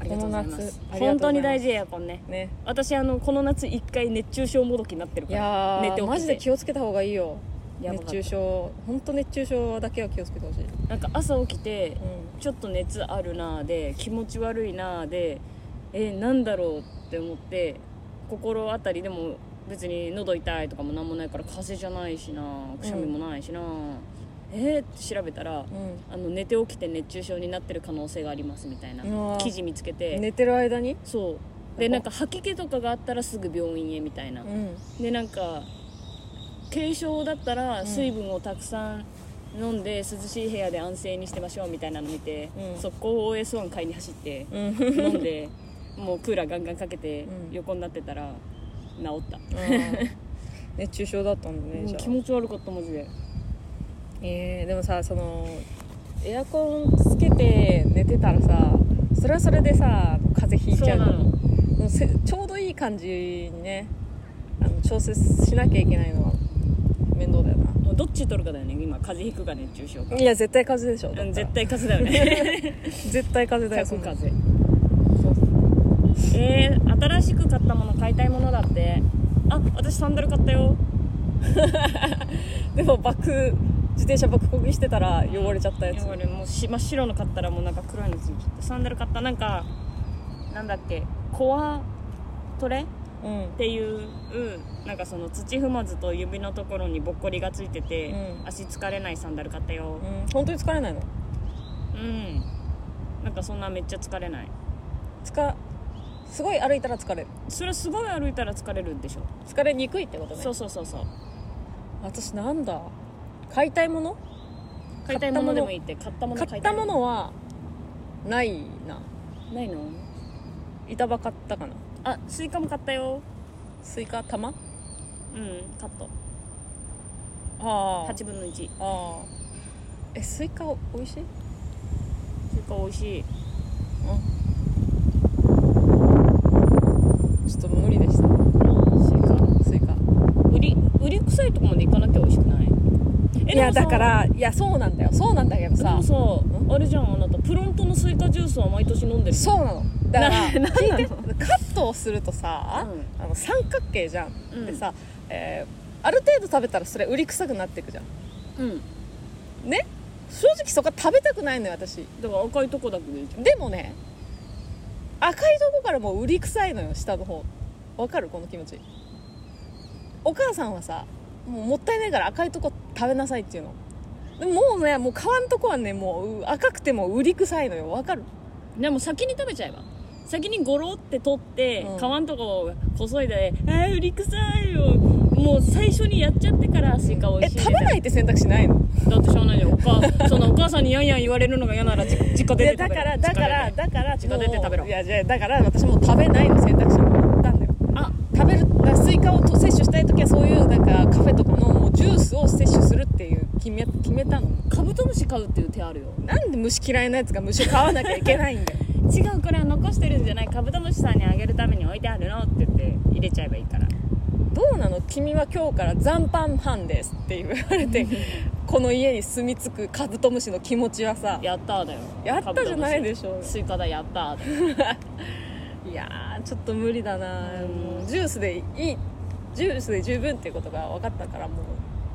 S1: ありがとうございま
S2: この
S1: す
S2: 夏ありがとう
S1: 本当
S2: ございます
S1: に大事エアコンね
S2: ね
S1: 私あのこの夏一回熱中症もどきになってる
S2: い
S1: から
S2: や
S1: 寝て起き
S2: ー
S1: て
S2: マジで気をつけた方がいいよ
S1: やばかった
S2: 熱中症本当熱中症だけは気をつけてほしい、うん、
S1: なんか朝起きてちょっと熱あるなーで気持ち悪いなーでえー、なんだろうって思って心当たりでも別に喉痛いとかもなんもないから風邪じゃないしなーくしゃみもないしなー、えー、って調べたら
S2: うん
S1: あの寝て起きて熱中症になってる可能性がありますみたいな
S2: うわー
S1: 記事見つけて、
S2: 寝てる間に
S1: そうでなんか吐き気とかがあったらすぐ病院へみたいな、
S2: うん
S1: でなんか軽症だったら
S2: ん
S1: 水分をたくさん飲んで涼しい部屋で安静にしてましょうみたいなの見て、
S2: うん
S1: 速攻 OS1 買いに走って
S2: うん
S1: 飲んでもうクーラーガンガンかけて
S2: うん
S1: 横になってたら治った、
S2: 熱中症だったんだね
S1: も
S2: じ
S1: う
S2: ゃあ
S1: 気持ち悪かったマジで
S2: えーでもさそのエアコンつけて寝てたらさそれはそれでさ風邪ひいちゃう
S1: そうなの
S2: もうせちょうどいい感じにねあの調節しなきゃいけないのは面倒だよな
S1: もうどっち取るかだよね今風邪ひくか熱中症か
S2: いや絶対風邪でしょ
S1: うん
S2: だっ
S1: 絶
S2: た
S1: 対
S2: ら
S1: 風邪だよね
S2: 絶対風邪だよ
S1: 100
S2: そんな
S1: 風えー、新しく買ったもの買いたいものだってあ私サンダル買ったよ
S2: でも爆自転車爆こぎしてたら汚れちゃったやつ
S1: い俺もうし真っ白の買ったらもうなんか黒いのついてサンダル買ったなんかなんだっけコアトレ
S2: うん
S1: っていうなんかその土踏まずと指のところにぼっこりがついてて、
S2: うん
S1: 足疲れないサンダル買ったよ
S2: うん本当に疲れないの
S1: うん、なんかそんなめっちゃ疲れない
S2: つかすごい歩いたら疲れる
S1: それすごい歩いたら疲れるでしょ、
S2: 疲れにくいってことね
S1: そうそうそうそう
S2: 私なんだ買いたいもの
S1: 買いたいものでもいいって買ったもの
S2: 買ったものはないな
S1: ないの
S2: 板場買ったかな
S1: あスイカも買ったよ
S2: スイカ玉
S1: うんカット
S2: あ
S1: 8分の1スイ
S2: あああえスイカ美味しい
S1: カ美味しい
S2: ちょっと無理でした
S1: スイカ
S2: スイカ
S1: 売り売り臭いとこまで行かなきゃ美味しくない
S2: いや
S1: でもさ
S2: だからいやそうなんだよそうなんだけ
S1: で
S2: どさ
S1: もさあれじゃんあなたプロントのスイカジュースは毎年飲んでるう
S2: そうなのだから
S1: ななんなの
S2: 聞いてカットをするとさ、
S1: う
S2: あの三角形じゃん、
S1: うん
S2: でさ、えーある程度食べたらそれ売り臭くなっていくじゃん
S1: うん
S2: ね正直そこは食べたくないのよ私
S1: だから赤いとこだけでいいじ
S2: でもね赤いとこからもう売り臭いのよ下の方わかるこの気持ちお母さんはさもうもったいないから赤いとこ食べなさいっていうのでももうねもう皮のとこはねもうう赤くても売り臭いのよわかる
S1: ゃんでも先に食べちゃえば先にゴロって取って、
S2: うん
S1: 皮んとこをこそいで「あー売り臭いよ」もう最初にやっちゃってからスイカ美
S2: え
S1: 味しい
S2: 食べないって選択肢ないの
S1: だってしょうがないじゃんお母そのお母さんにやんやん言われるのが嫌なら じ実家
S2: い
S1: 出て
S2: や
S1: 食べ
S2: だ
S1: る
S2: からだからだから
S1: 実家出て食べろ
S2: いやじゃあだから私もう食べないの選択肢を持ったんだよ
S1: あ
S2: 食べるだからスイカをと摂取したい時はそういうなんかカフェとかのもうジュースを摂取するっていう決め決めたの
S1: カブトムシ買うっていう手あるよ
S2: なんで虫嫌いなやつが虫を飼わなきゃいけないん だよ
S1: 違うこれは残してるんじゃないカブトムシさんにあげるために置いてあるのって言って入れちゃえばいいから
S2: どうなの君は今日から残飯班ですって言われてこの家に住み着くカブトムシの気持ちはさ
S1: やったーだよ
S2: やったじゃないでしょ
S1: カブトムシスイカだやったーだよ
S2: いやーちょっと無理だな
S1: うん
S2: もうジュースでいいジュースで十分っていうことが分かったからもう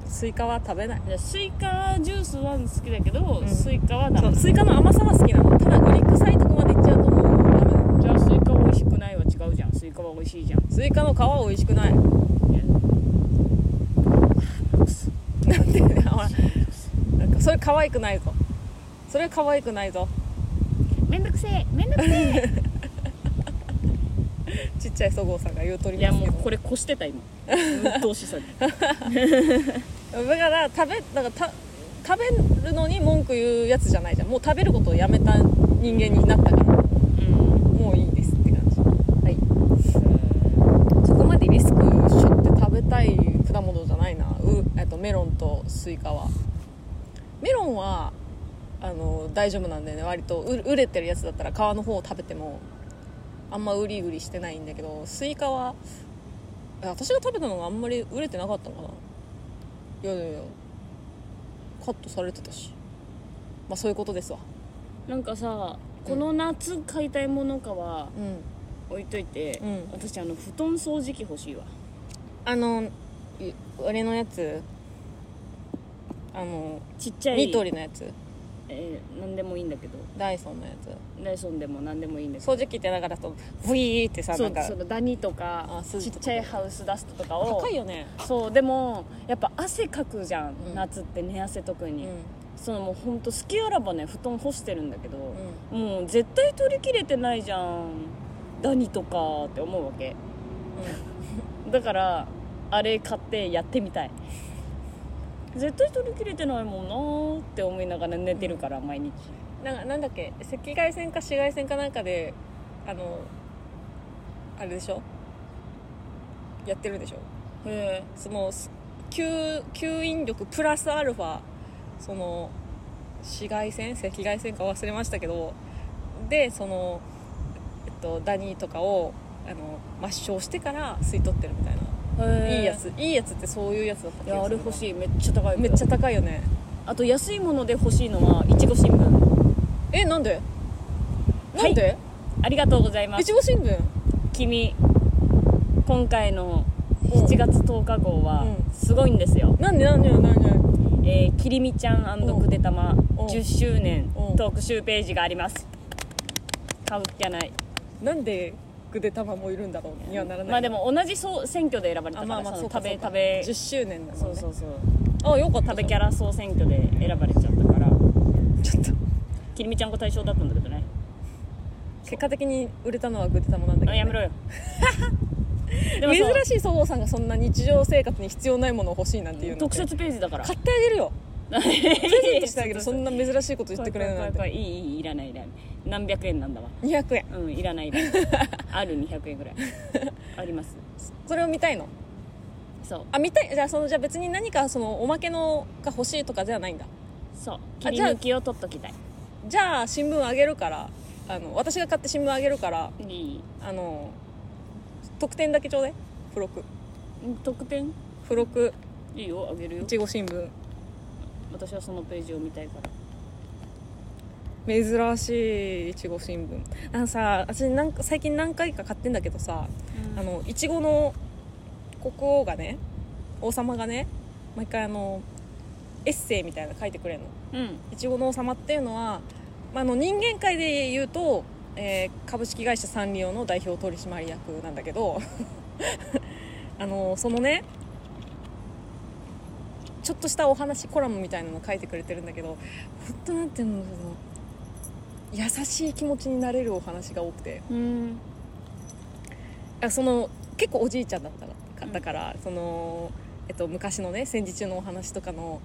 S2: スイカは食べない
S1: でスイカジュースは好きだけど、
S2: うん
S1: スイカはダ
S2: そ
S1: メ
S2: うスイカの甘さは好きなのただ売り臭いとこまでいっちゃうともうダメなの
S1: じゃあスイカ美味しくないは違うじゃんスイカは美味しいじゃん
S2: スイカの皮は美味しくない
S1: い や
S2: なんでほらなんかそれ可愛くないぞそれは可愛くないぞ
S1: めんどくせえめんどくせえ
S2: ちっちゃいそごうさんが言うとり
S1: い
S2: ま
S1: や
S2: すけ
S1: も
S2: ど
S1: うこれ越してた 今鬱陶しさに
S2: だから食べだからた食べるのに文句言うやつじゃないじゃんもう食べることをやめた人間になったから
S1: うん
S2: もういいですって感じはいそこまでリスクシュって食べたい果物じゃないなうえっとメロンとスイカはメロンはあの大丈夫なんでね割とう熟れてるやつだったら皮の方を食べてもあんまうりうりしてないんだけどスイカはえ私が食べたのがあんまり熟れてなかったのかないやいやいやカットされてたしまあそういうことですわ
S1: なんかさこの夏買いたいものかは
S2: うん
S1: 置いといて、
S2: うん
S1: 私あの布団掃除機欲しいわ
S2: あのいあれのやつあの
S1: ちっちゃい
S2: ニトリのやつ
S1: えー、何でもいいんだけど
S2: ダイソンのやつ
S1: ダイソンでも何でもいいんだけど
S2: 掃除機ってだからとブイーってさ
S1: そ
S2: な
S1: うん
S2: か
S1: そのダニとか
S2: あス
S1: ち
S2: ジ
S1: っ
S2: とか
S1: ちゃいハウスダストとかを
S2: 高いよね、
S1: そうでもやっぱ汗かくじゃん、
S2: うん
S1: 夏って寝汗特
S2: うん
S1: に、そのもうほんと好きあらばね布団干してるんだけど、もう絶対取り切れてないじゃんダニとかって思うわけだからあれ買ってやってみたい絶対取り切れてないもんなーって思いながら寝てるから毎日
S2: なんかなんだっけ赤外線か紫外線かなんかであのあれでしょやってるでしょ
S1: へ
S2: そのす吸吸引力プラスアルファその紫外線赤外線か忘れましたけどでその、えっと、ダニとかをあの抹消してから吸い取ってるみたいな
S1: え
S2: いいやついいやつってそういうやつだった
S1: い
S2: 気が
S1: やあ
S2: す
S1: れ
S2: る
S1: 欲しいめっちゃ高い
S2: めっちゃ
S1: ゃ
S2: 高いよね
S1: あと安いもので欲しいのはいちご新聞
S2: えなんで
S1: は
S2: ないんで、
S1: ありがとうございま
S2: い
S1: す
S2: ちご新聞
S1: 君今回の
S2: うん
S1: 7月10日号は
S2: うん
S1: すごいんですよ、
S2: なんでなんでなんでなんで
S1: えー、きりみちゃんくでたま
S2: うん
S1: 10周年
S2: うん
S1: 特集ページがあります買うっきゃない
S2: なんでくで玉もいるんだろうにはならない
S1: まあでも同じそう選挙で選ばれた
S2: あ
S1: から
S2: まあまあ
S1: そ
S2: そ
S1: の
S2: うか
S1: 食べ
S2: そうか
S1: 食べ
S2: 10周年だもんね
S1: そうそうそう
S2: あよかった
S1: 食べキャラ総選挙で選ばれちゃったから
S2: ちょっと
S1: きりみちゃんこ対象だったんだけどね
S2: 結果的に売れたのはグデタマなんだけど、
S1: あやめ ろよでもそう
S2: 珍しいそごうさんがそんな日常生活に必要ないものを欲しいなんていうの
S1: 特設ページだから
S2: 買ってあげ るよプレゼントしてあげるそんな珍しいこと言ってくれるなんて
S1: 怖い怖い怖い怖いいいいいいらないいらない何百円なんだわ
S2: 200円
S1: うんいらないいら ないある200円ぐらいあります
S2: それを見たいの
S1: そう
S2: あ見たいじゃあそのじゃあ別に何かそのおまけのが欲しいとかではないんだ
S1: そう
S2: あ
S1: 切り
S2: じゃあ
S1: 抜きを取っときたい
S2: じゃあ新聞あげるからあの私が買って新聞あげるから
S1: いい
S2: あの特典だけちょうだい付録
S1: うん特典
S2: 付録
S1: いいよあげるよ
S2: いちご新聞
S1: 私はそのページを見たいから
S2: 珍しいいちご新聞あのさ私なんか最近何回か買ってんだけどさ、あのいちごの国王がね王様がね毎回あのエッセイみたいなの書いてくれるの
S1: うん
S2: いちごの王様っていうのは、まあ、あの人間界で言うと、えー株式会社サンリオの代表取締役なんだけど あのそのねちょっとしたお話コラムみたいなの書いてくれてるんだけど本当なんていうのその優しい気持ちになれるお話が多くて
S1: うん
S2: あその結構おじいちゃんだったからだから、その、えっと、昔のね戦時中のお話とかの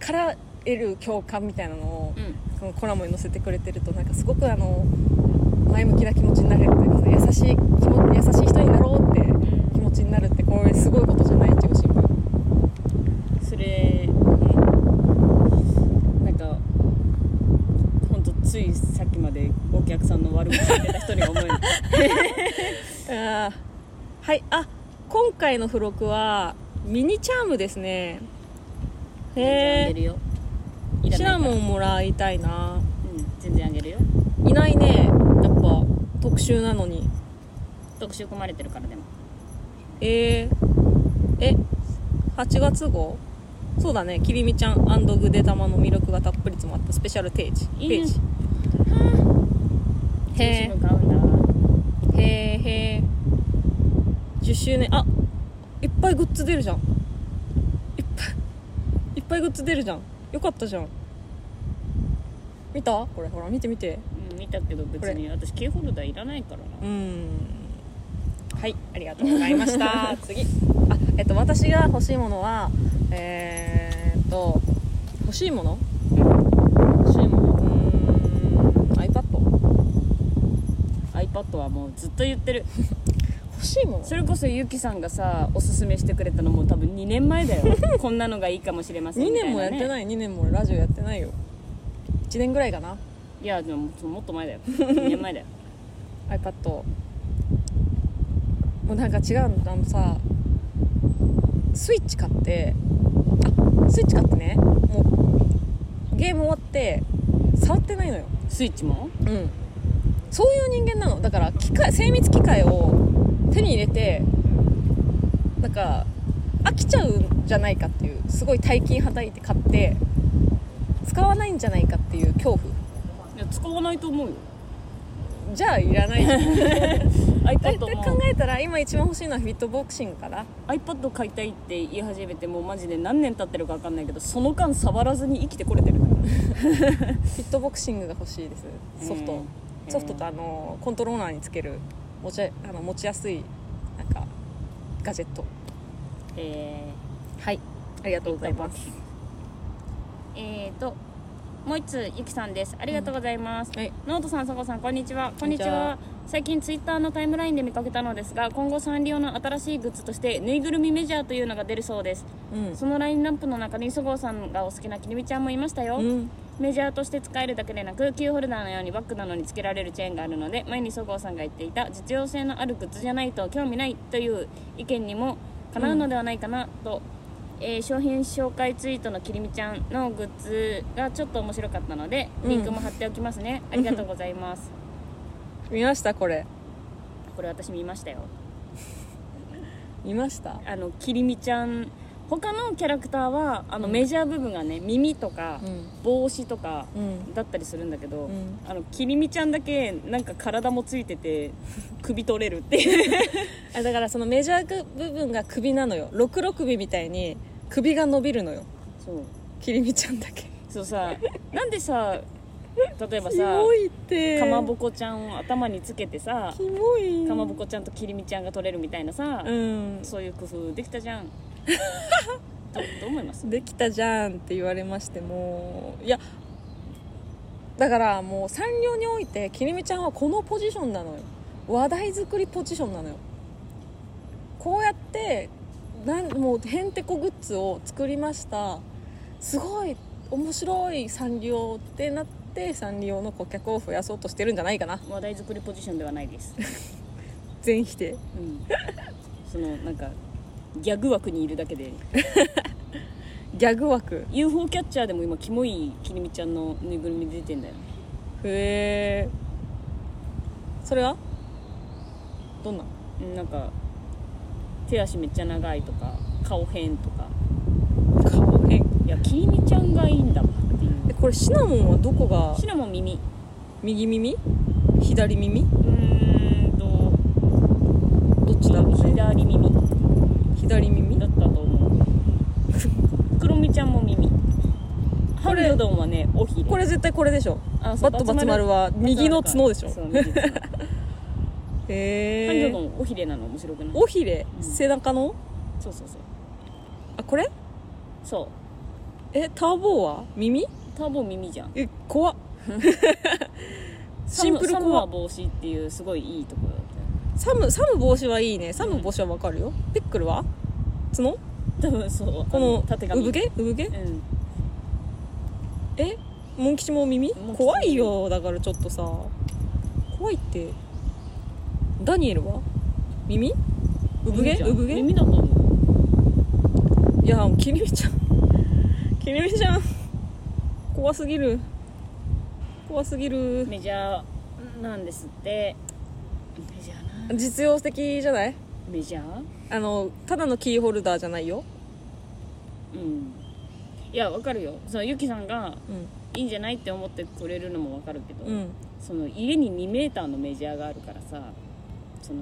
S2: から得る共感みたいなのを
S1: うん
S2: そのコラムに載せてくれてるとなんかすごくあの前向きな気持ちになれるというか優しい気も優しい人になろうって気持ちになるってこれすごいことじゃないいちご新聞
S1: それなんか本当ついさっきまでお客さんの悪口言ってた人には思えない
S2: あーはいあ今回の付録はミニチャームですね
S1: 全然あげ
S2: へ
S1: るよ
S2: え
S1: いら
S2: シ
S1: な
S2: ナ
S1: いから
S2: モンもらいたいな
S1: うん全然あげるよ
S2: いないねやっぱ特集なのに
S1: 特集組まれてるからでも
S2: えー、え8月号そうだね「きりみちゃんグデ玉の魅力がたっぷり詰まったスペシャルページ」
S1: いいね
S2: ページへえ
S1: 買うんだ
S2: へえへえ10周年あいっぱいグッズ出るじゃんいっぱいいっぱいグッズ出るじゃんよかったじゃん見たこれほら見て見て
S1: うん見たけど別に私キーホルダーいらないからな
S2: うんはいありがとうございました次あえっと私が欲しいものはえー、っと欲しいもの欲しいものうーん iPad
S1: iPad はもうずっと言ってる
S2: 欲しいもの
S1: それこそゆきさんがさおすすめしてくれたのも多分2年前だよ こんなのがいいかもしれません
S2: 2年もやって
S1: い
S2: ない2年もラジオやってないよ1年ぐらいかない
S1: やでももっと前だよ2年前だよ
S2: iPad もうなんか違うんだあのさスイッチ買ってあスイッチ買ってねもうゲーム終わって触ってないのよ
S1: スイッチも
S2: うんそういう人間なのだから機械精密機械を手に入れてなんか飽きちゃうんじゃないかっていうすごい大金はたいて買って使わないんじゃないかっていう恐怖
S1: いや使わないと思うよ
S2: じゃあ いらないじゃんだい
S1: iPad
S2: たい
S1: も
S2: 考えたら今一番欲しいのはフィットボクシングかな
S1: iPad 買いたいって言い始めてもうマジで何年経ってるか分かんないけどその間触らずに生きてこれてるから
S2: フィットボクシングが欲しいですソフト
S1: うん
S2: ソフトとあのコントローラーにつける持ちあの持ちやすいなんかガジェット
S1: え
S2: はいありがとうございます
S1: ー、えー、ともう一つゆきさんですありがとうございます、
S2: はい
S1: ノートさん、さこさん、こんにちは。こんにち
S2: こんにち
S1: は
S2: は。
S1: 最近ツイッターのタイムラインで見かけたのですが、今後サンリオの新しいグッズとして、ぬいぐるみメジャーというのが出るそうです。
S2: うん
S1: そのラインナップの中に、そごうさんがお好きなきりみちゃんもいましたよ。
S2: うん
S1: メジャーとして使えるだけでなく、キーホルダーのようにバッグなどにつけられるチェーンがあるので、前にそごうさんが言っていた、実用性のあるグッズじゃないと興味ないという意見にもかなうのではないかなと、えー商品紹介ツイートのきりみちゃんのグッズがちょっと面白かったので、リンクも貼っておきますね。ありがとうございます。
S2: 見ましたこれ
S1: これ私見ましたよ
S2: 見ました
S1: あのきりみちゃん他のキャラクターはあのメジャー部分がね耳とか
S2: うん
S1: 帽子とか
S2: うん
S1: だったりするんだけど、
S2: うん
S1: あのきりみちゃんだけなんか体もついて て首取れるっていう
S2: あだからそのメジャー部分が首なのよろくろ首みたいに首が伸びるのよ
S1: そう
S2: きりみちゃんだけ
S1: そうさなんでさ例えば
S2: キ
S1: さ
S2: モいって
S1: かまぼこちゃんを頭につけてさ
S2: キモい
S1: かまぼこちゃんときりみちゃんが取れるみたいなさ、
S2: うん
S1: そういう工夫できたじゃんどどう思います
S2: できたじゃんって言われましてもいやだからもうサンリオにおいてきりみちゃんはこのポジションなのよ話題作りポジションなのよこうやってなんもうへんてこグッズを作りましたすごい面白いサンリオってなってサンリオの顧客を増やそうとしてるんじゃないかな
S1: 話題作りポジションではないです、
S2: 全否定
S1: うん、そのなんかギャグ枠にいるだけで
S2: ギャグ枠
S1: UFO キャッチャーでも今キモいきりみちゃんのぬいぐるみ出てんだよ
S2: へえそれはどんな
S1: うんなんか手足めっちゃ長いとか顔変とか
S2: 顔変
S1: いやきりみちゃんがいいんだわっていう
S2: えこれシナモンはどこが
S1: シナモン耳
S2: 右耳左耳
S1: うーんと
S2: どっちだろうね
S1: 左耳
S2: 左耳
S1: だったと思うクロミちゃんも耳ハルヨドンはねおひれ
S2: これ絶対これでしょ
S1: あ
S2: バットバツ丸は右の角でしょ
S1: そう右の角ハル
S2: へ
S1: ヨ
S2: え
S1: ドンおひれなの面白くない
S2: おひれ
S1: うん
S2: 背中の
S1: そうそうそう
S2: あこれ
S1: そう
S2: えターボーは耳
S1: ターボ耳じゃん
S2: え怖っシンプル
S1: サムサム
S2: 怖
S1: は
S2: っ
S1: 帽子っていうすごいいいところだったよ
S2: サムサム帽子はいいねサム帽子はわかるよピックルは角
S1: 多分そう
S2: この
S1: 縦髪
S2: 産毛産毛
S1: うん
S2: えモン吉も耳
S1: モン吉も耳
S2: 怖いよだからちょっとさ怖いってダニエルは耳産毛
S1: 耳じゃん
S2: 産毛
S1: 耳だと思う
S2: いやきりみちゃんきりみちゃん怖すぎる怖すぎる
S1: メジャーなんですってメジャーな
S2: 実用的じゃない
S1: メジャー
S2: あのただのキーホルダーじゃないよ、
S1: うんいやわかるよそのゆきさんが
S2: う
S1: いいんじゃないって思ってくれるのもわかるけど、
S2: んうん、
S1: その家に2メーターのメジャーがあるからさその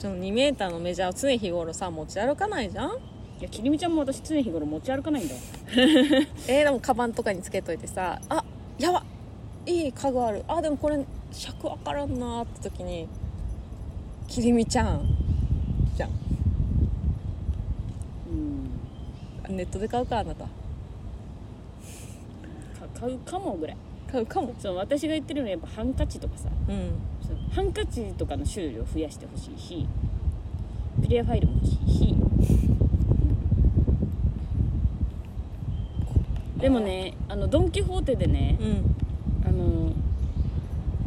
S2: その 2m のメジャーを常日頃さ持ち歩かないじゃん
S1: いやきりみちゃんも私常日頃持ち歩かないんだよ
S2: えー、でもカバンとかにつけといてさあやばいい家具あるあでもこれ尺わからんなーって時にきりみちゃんじゃん
S1: うん
S2: ネットで買うかあなた
S1: か買うかもぐらい
S2: 買うかも
S1: その私が言ってるのはやっぱハンカチとかさ
S2: うん
S1: そのハンカチとかの種類を増やしてほしいしクリアファイルも欲しいしでもねあのドン・キホーテでね
S2: うん
S1: あの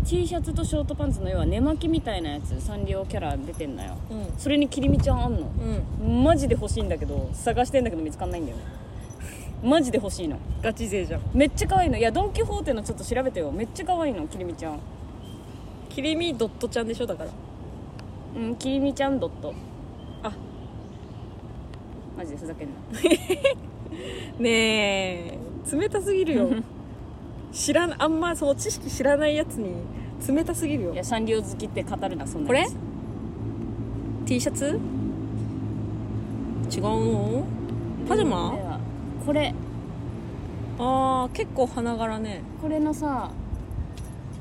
S1: T シャツとショートパンツの要は寝巻きみたいなやつサンリオキャラ出てんだよ
S2: う
S1: それに切り身ちゃんあんの
S2: んうん
S1: マジで欲しいんだけど探してんだけど見つかんないんだよマジで欲しいの
S2: ガチ勢じゃん
S1: めっちゃ可愛いのいやドン・キホーテのちょっと調べてよめっちゃ可愛いのきりみちゃん
S2: きりみドットちゃんでしょだから
S1: うんきりみちゃんドット
S2: あ
S1: マジでふざけんな
S2: ねえ冷たすぎる よ知らんあんまその知識知らないやつに冷たすぎるよ
S1: いやサンリオ好きって語るなそんな
S2: これ
S1: やつ
S2: T シャツ違うのパジャマ、
S1: ではこれ
S2: あー結構花柄ね
S1: これのさ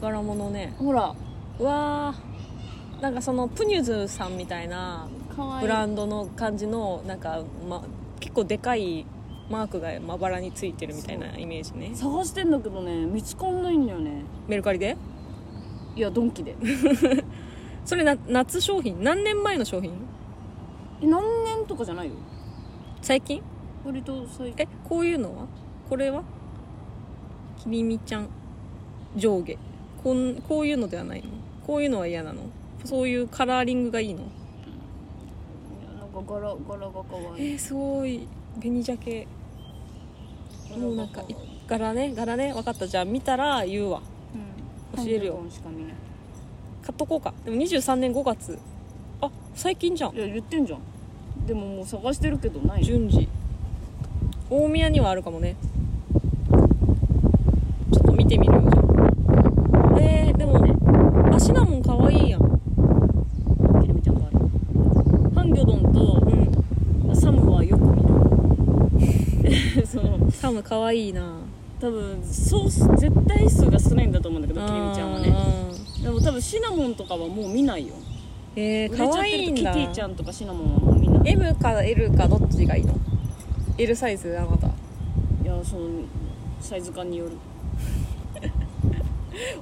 S2: 柄物ね
S1: ほら
S2: うわーなんかそのプニュズさんみたいな
S1: 可愛い
S2: ブランドの感じのなんか、ま、結構でかいマークがまばらについてるみたいなイメージね
S1: 探してんだけどね見つかんないんだよね
S2: メルカリで
S1: いやドンキで
S2: それな夏商品何年前の商品
S1: え何年とかじゃないよ
S2: 最近
S1: 割と最近
S2: えこういうのはこれはきりみちゃん上下こんこういうのではないのこういうのは嫌なのそういうカラーリングがいいの
S1: いやなんか柄柄が可
S2: え
S1: 愛い
S2: ー、すごい紅鮭もうなんかい柄ね柄ね分かったじゃあ見たら言うわ
S1: うん
S2: 教えるよ
S1: ハンドルゴンしか見ない
S2: 買っとこうかでも23年5月あ最近じゃん
S1: いや言ってんじゃんでももう探してるけどないの
S2: 順次大宮にはあるかもねちょっと見てみるよじゃあえー、でもあシナモンかわいいやん
S1: ひるみちゃんがあるハンギョドンと
S2: うん
S1: サムはよく見る その
S2: サムかわいいな
S1: 多分ソース絶対数が少ないんだと思うんだけどきりみちゃんはね
S2: あ
S1: でも多分シナモンとかはもう見ないよ
S2: ーえ
S1: 売れち
S2: ー、
S1: ゃ
S2: か
S1: ってると
S2: わいいん
S1: キテ
S2: だ
S1: ィちゃんとかシナモンはもう見ない
S2: M か L かどっちがいいの L サイズあなた
S1: いやそのサイズ感による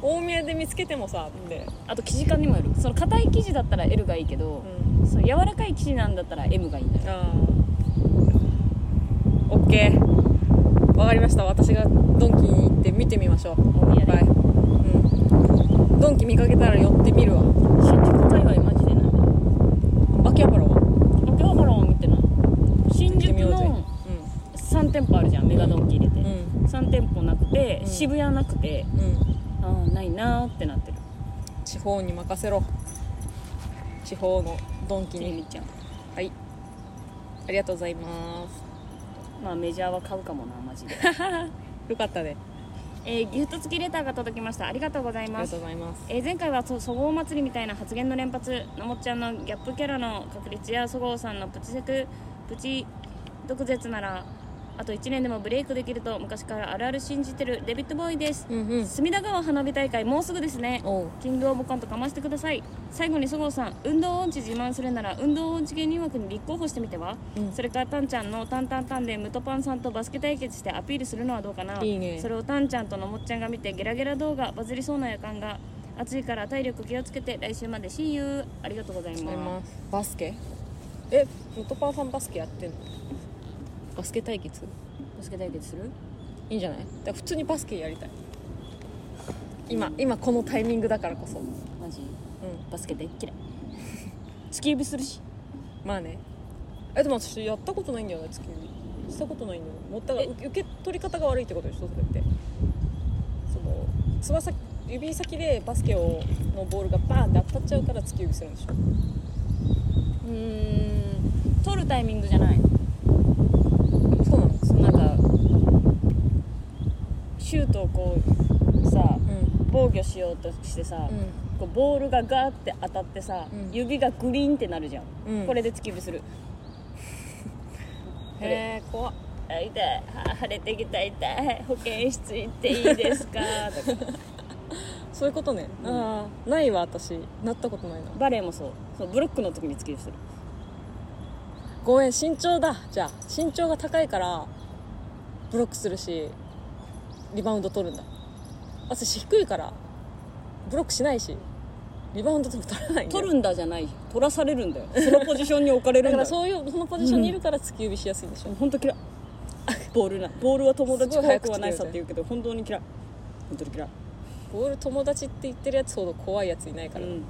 S2: 大宮で見つけてもさって、
S1: あと生地感にもよるその硬い生地だったら L がいいけど、そう柔らかい生地なんだったら M がいいんだよ
S2: ああ OK わかりました私がドンキに行って見てみましょう
S1: 大
S2: い
S1: 宮
S2: っ
S1: で
S2: ぱい、うん、ドンキ見かけたら寄ってみるわ
S1: 新宿界隈マジでない
S2: 秋葉原は
S1: 秋葉原は見てない新宿
S2: 行ってみよ
S1: の3店舗あるじゃんメガドンキ入れて、
S2: うんうん
S1: 3店舗なくて、
S2: うん
S1: 渋谷なくて
S2: うん
S1: ああないなーってなってる
S2: 地方に任せろ地方のドンキ
S1: きり
S2: に
S1: みちゃん
S2: はいありがとうございます
S1: まあメジャーは買うかもなマジで、
S2: よかったね
S1: えーギフト付きレターが届きましたありがとうござい
S2: あり
S1: ま
S2: が
S1: す
S2: とうございます
S1: えー前回はそそごう祭りみたいな発言の連発のもっちゃんのギャップキャラの確率やそごうさんのプチセクプチ毒舌ならあと1年でもブレイクできると昔からあるある信じてるデビッド・ボーイです、
S2: うんうん
S1: 隅田川花火大会もうすぐですね
S2: おう
S1: キングオブコントかましてください最後にそごうさん運動音痴自慢するなら運動音痴芸人枠に立候補してみては、
S2: うん
S1: それからタンちゃんの「タンタンタン」でムトパンさんとバスケ対決してアピールするのはどうかない
S2: いね
S1: それをタンちゃんとのもっちゃんが見てゲラゲラ動画バズりそうな予感が暑いから体力気をつけて来週まで See you ありがとうござい
S2: あり
S1: ま
S2: ますすバスケえムトパンさんバスケやってんのバスケ対決
S1: バスケ対決する
S2: いいんじゃないだから普通にバスケやりたい今今このタイミングだからこそうん
S1: マジバスケ大っ嫌い突き指するし
S2: まあねえでも私やったことないんだよね月にしたことないんだよもったが
S1: え
S2: 受け取り方が悪いってことでしょそれってその翼指先でバスケをのボールがバーンって当たっちゃうから突き指するんでしょ
S1: うーん取るタイミングじゃない
S2: そうなの
S1: そのなんかシュートをこうさ
S2: うん
S1: 防御しようとしてさ、こうボールがガーって当たってさ、
S2: うん
S1: 指がグリーンってなるじゃん、
S2: うん
S1: これで突き指するこれ
S2: へえ怖っ
S1: あ痛いあ腫れてきた痛い保健室行っていいです かとか
S2: そういうことね、
S1: うん
S2: ああないわ私なったことないな
S1: バレエもそうそうブロックの時に突き指する
S2: ごめん身長だじゃあ身長が高いからブロックするしリバウンド取るんだ私低いからブロックしないしリバウンドとか取らないんだよ
S1: 取るんだじゃない取らされるんだよそのポジションに置かれる
S2: だ
S1: ん
S2: か
S1: だ
S2: ら
S1: よ
S2: そういうそのポジションにいるから突き指しやすいんでしょ、
S1: 本当嫌いボールなボールは友達
S2: すごい
S1: 怖
S2: 早
S1: く
S2: 口
S1: はないさっ
S2: だよね
S1: て言うけど本当に嫌い本当に嫌い
S2: ボール友達って言ってるやつほど怖いやついないから、
S1: うん、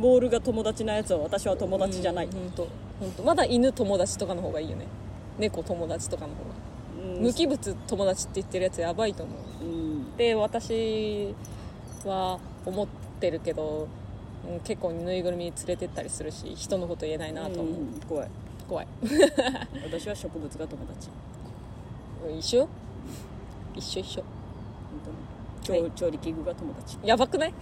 S1: ボールが友達なやつは私は友達じゃない、
S2: うんほんとほんとまだ犬友達とかの方がいいよね猫友達とかの方が、
S1: うん
S2: 無機物友達って言ってるやつやばいと思う
S1: うん
S2: で私は思ってるけど、うん、結構ぬいぐるみ連れてったりするし人のこと言えないなと思う、
S1: うん怖い
S2: 怖い
S1: 私は植物が友達
S2: 一緒一緒一緒
S1: 本当に調,、
S2: はい
S1: 調理器具が友達
S2: やばくない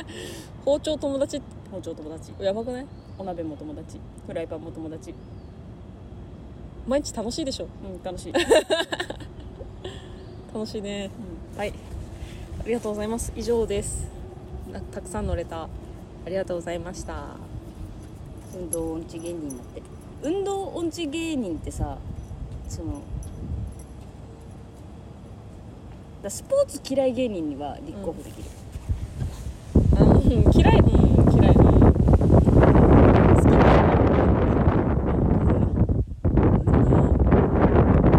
S2: 包丁友達
S1: 包丁友達
S2: やばくない
S1: お鍋も友達フライパンも友達
S2: 毎日楽しいでしょ
S1: うん楽しい、
S2: 楽しいねはいありがとうございます以上ですなたくさんのレターありがとうございました
S1: 運動音痴芸人になってる運動音痴芸人ってさそのだスポーツ嫌い芸人には立候補できる、
S2: あうん嫌いうん嫌い好き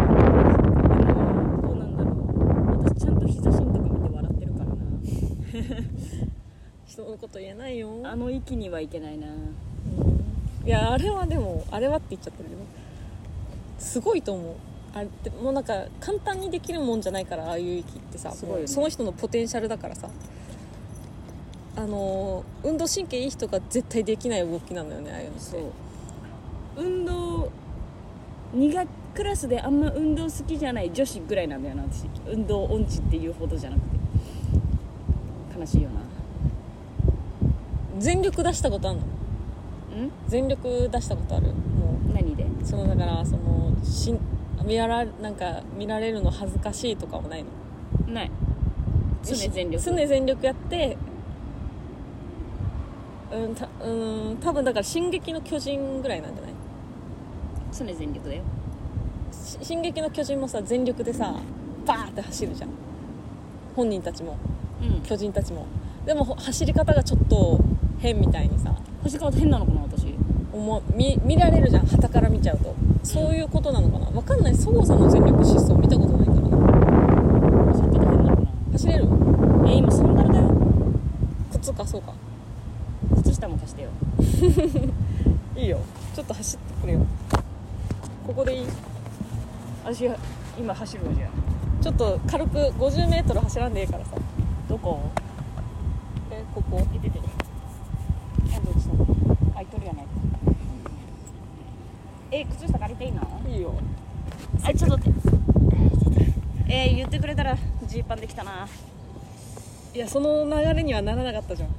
S1: どうなんだろう私ちゃんと膝芯とか見て笑ってるからな
S2: 人のこと言えないよ
S1: あの域にはいけないない
S2: やあれはでもあれはって言っちゃってるけどすごいと思うあれってもうなんか簡単にできるもんじゃないからああいう域ってさ
S1: すごいよね
S2: もうその人のポテンシャルだからさあのー運動神経いい人が絶対できない動きなのよねああいうのって
S1: そう運動2学クラスであんま運動好きじゃない女子ぐらいなんだよな私運動音痴っていうほどじゃなくて悲しいよな
S2: 全力出したことあるの
S1: ん
S2: 全力出したことあるも
S1: 何で
S2: うそのだからそのしん見られなんか見られるの恥ずかしいとかはないの
S1: ない常全力
S2: 常全力やってうんたうん多分だから「進撃の巨人」ぐらいなんじゃない
S1: 常全力だよ
S2: し進撃の巨人もさ全力でさバーって走るじゃん本人たちも
S1: うん
S2: 巨人たちもでもほ走り方がちょっと変みたいにさ
S1: 星川変なのかな私
S2: 思う見見られるじゃん傍から見ちゃうとそういうことなのかなわかんないそごさんの全力疾走見たことないから
S1: 走ってた変なのか
S2: 走れる
S1: なえ今サンダルだよ
S2: 靴かそうか
S1: 靴下も貸してよ
S2: いいよちょっと走ってくれよここでいい
S1: 私今走るわじゃあ
S2: ちょっと軽く 50m 走らんでいいからさ
S1: どこ
S2: えここ
S1: 出てて今度ちょっと開いとるやないかえ靴下借りていいの
S2: いいよ
S1: あちょっと待って えー、言ってくれたらジーパンできたなよ
S2: いやその流れにはならなかったじゃん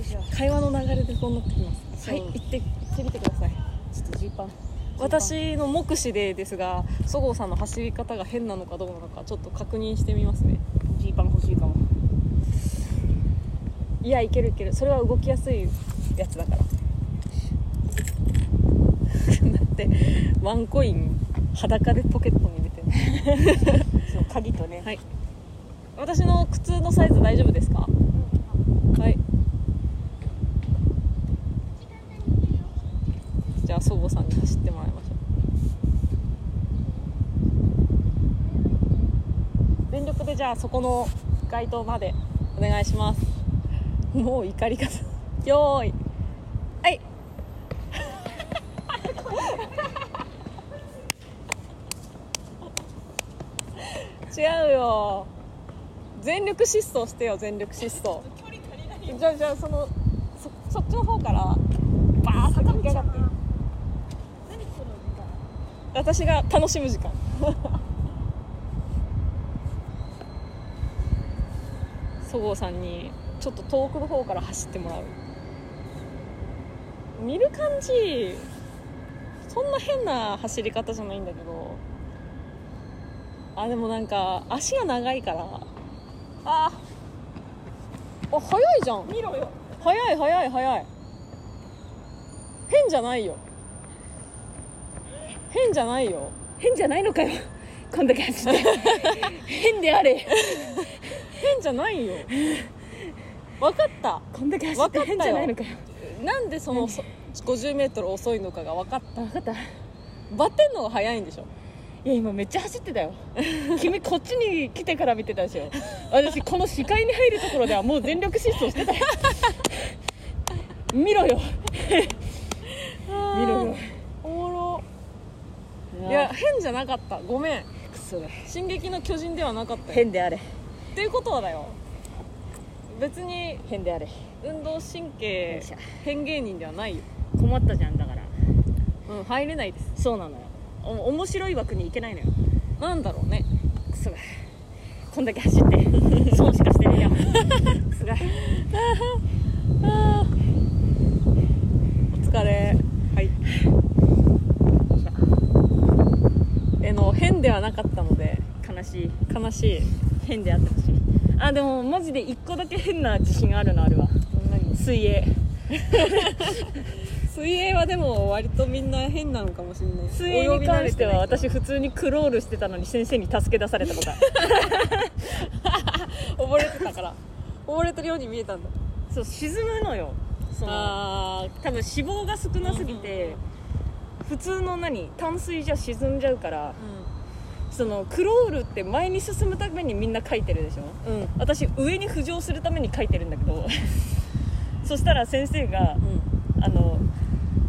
S1: いしょ
S2: 会話の流れでこうなってきます
S1: そ
S2: は
S1: う
S2: い行って行ってみてください
S1: ちょっとジーパン
S2: 私の目視でですがそごうさんの走り方が変なのかどうなのかちょっと確認してみますね
S1: ジーパン欲しいかも
S2: いやいけるいけるそれは動きやすいやつだ からだってワンコイン裸でポケットに入れてる
S1: そう鍵とね
S2: はい私の靴のサイズ大丈夫ですかはいじゃあ祖母さんに走ってもらいましょう全力でじゃあそこの街灯までお願いしますもう怒り方 よーいはい違うよ全力疾走してよ全力疾走じゃあじゃあそのそそっちの方からバーッて駆け上がって私が楽しむ時間 そごうさんにちょっと遠くの方から走ってもらう見る感じそんな変な走り方じゃないんだけどあでもなんか足が長いからああ早いじゃん見ろよ早い早い早い変じゃないよ変じゃないよ
S1: 変じゃないのかよ こんだけ 走って変であれ
S2: 変じゃないよ分かった
S1: こんだけ走って
S2: わかったよ
S1: 変じゃないのかよ
S2: なんでそのそ 50m 遅いのかが分かった
S1: 分かったい
S2: バテんのが早いんでしょ
S1: や今めっちゃ走って たよ君こっちに来てから見てたでしょ私この視界に入るところではもう全力疾走して たよ見ろよ見ろよ
S2: おもろ
S1: い
S2: いや変じゃなかったごめん
S1: クソが
S2: 「進撃の巨人」ではなかったよ
S1: 変であれ
S2: っていうことはだよ別に
S1: 変であれ
S2: 運動神
S1: よ
S2: 経
S1: いしょ
S2: 変芸人ではないよ
S1: 困ったじゃんだから
S2: うん入れないです
S1: そうなのよお面白い枠に行けないのよ
S2: なんだろうね
S1: クソがこんだけ走って損しかしてねえよクソが
S2: お疲れはいえの変ではなかったので
S1: 悲しい
S2: 悲しい
S1: 変であってほしいあでもマジで1個だけ変な自信あるのあるわ水泳
S2: 水泳はでも割とみんな変なのかもしれない
S1: 水泳に関しては私
S2: 泳
S1: 普通にクロールしてたのに先生に助け出されたことある
S2: ぎ慣れてない人溺れてたから溺れてるように見えたんだ
S1: そう沈むのよその
S2: あ
S1: 多分脂肪が少なすぎて普通の何淡水じゃ沈んじゃうからそのクロールって前に進むためにみんな書いてるでしょ
S2: うんうん
S1: 私上に浮上するために書いてるんだけど そしたら先生があの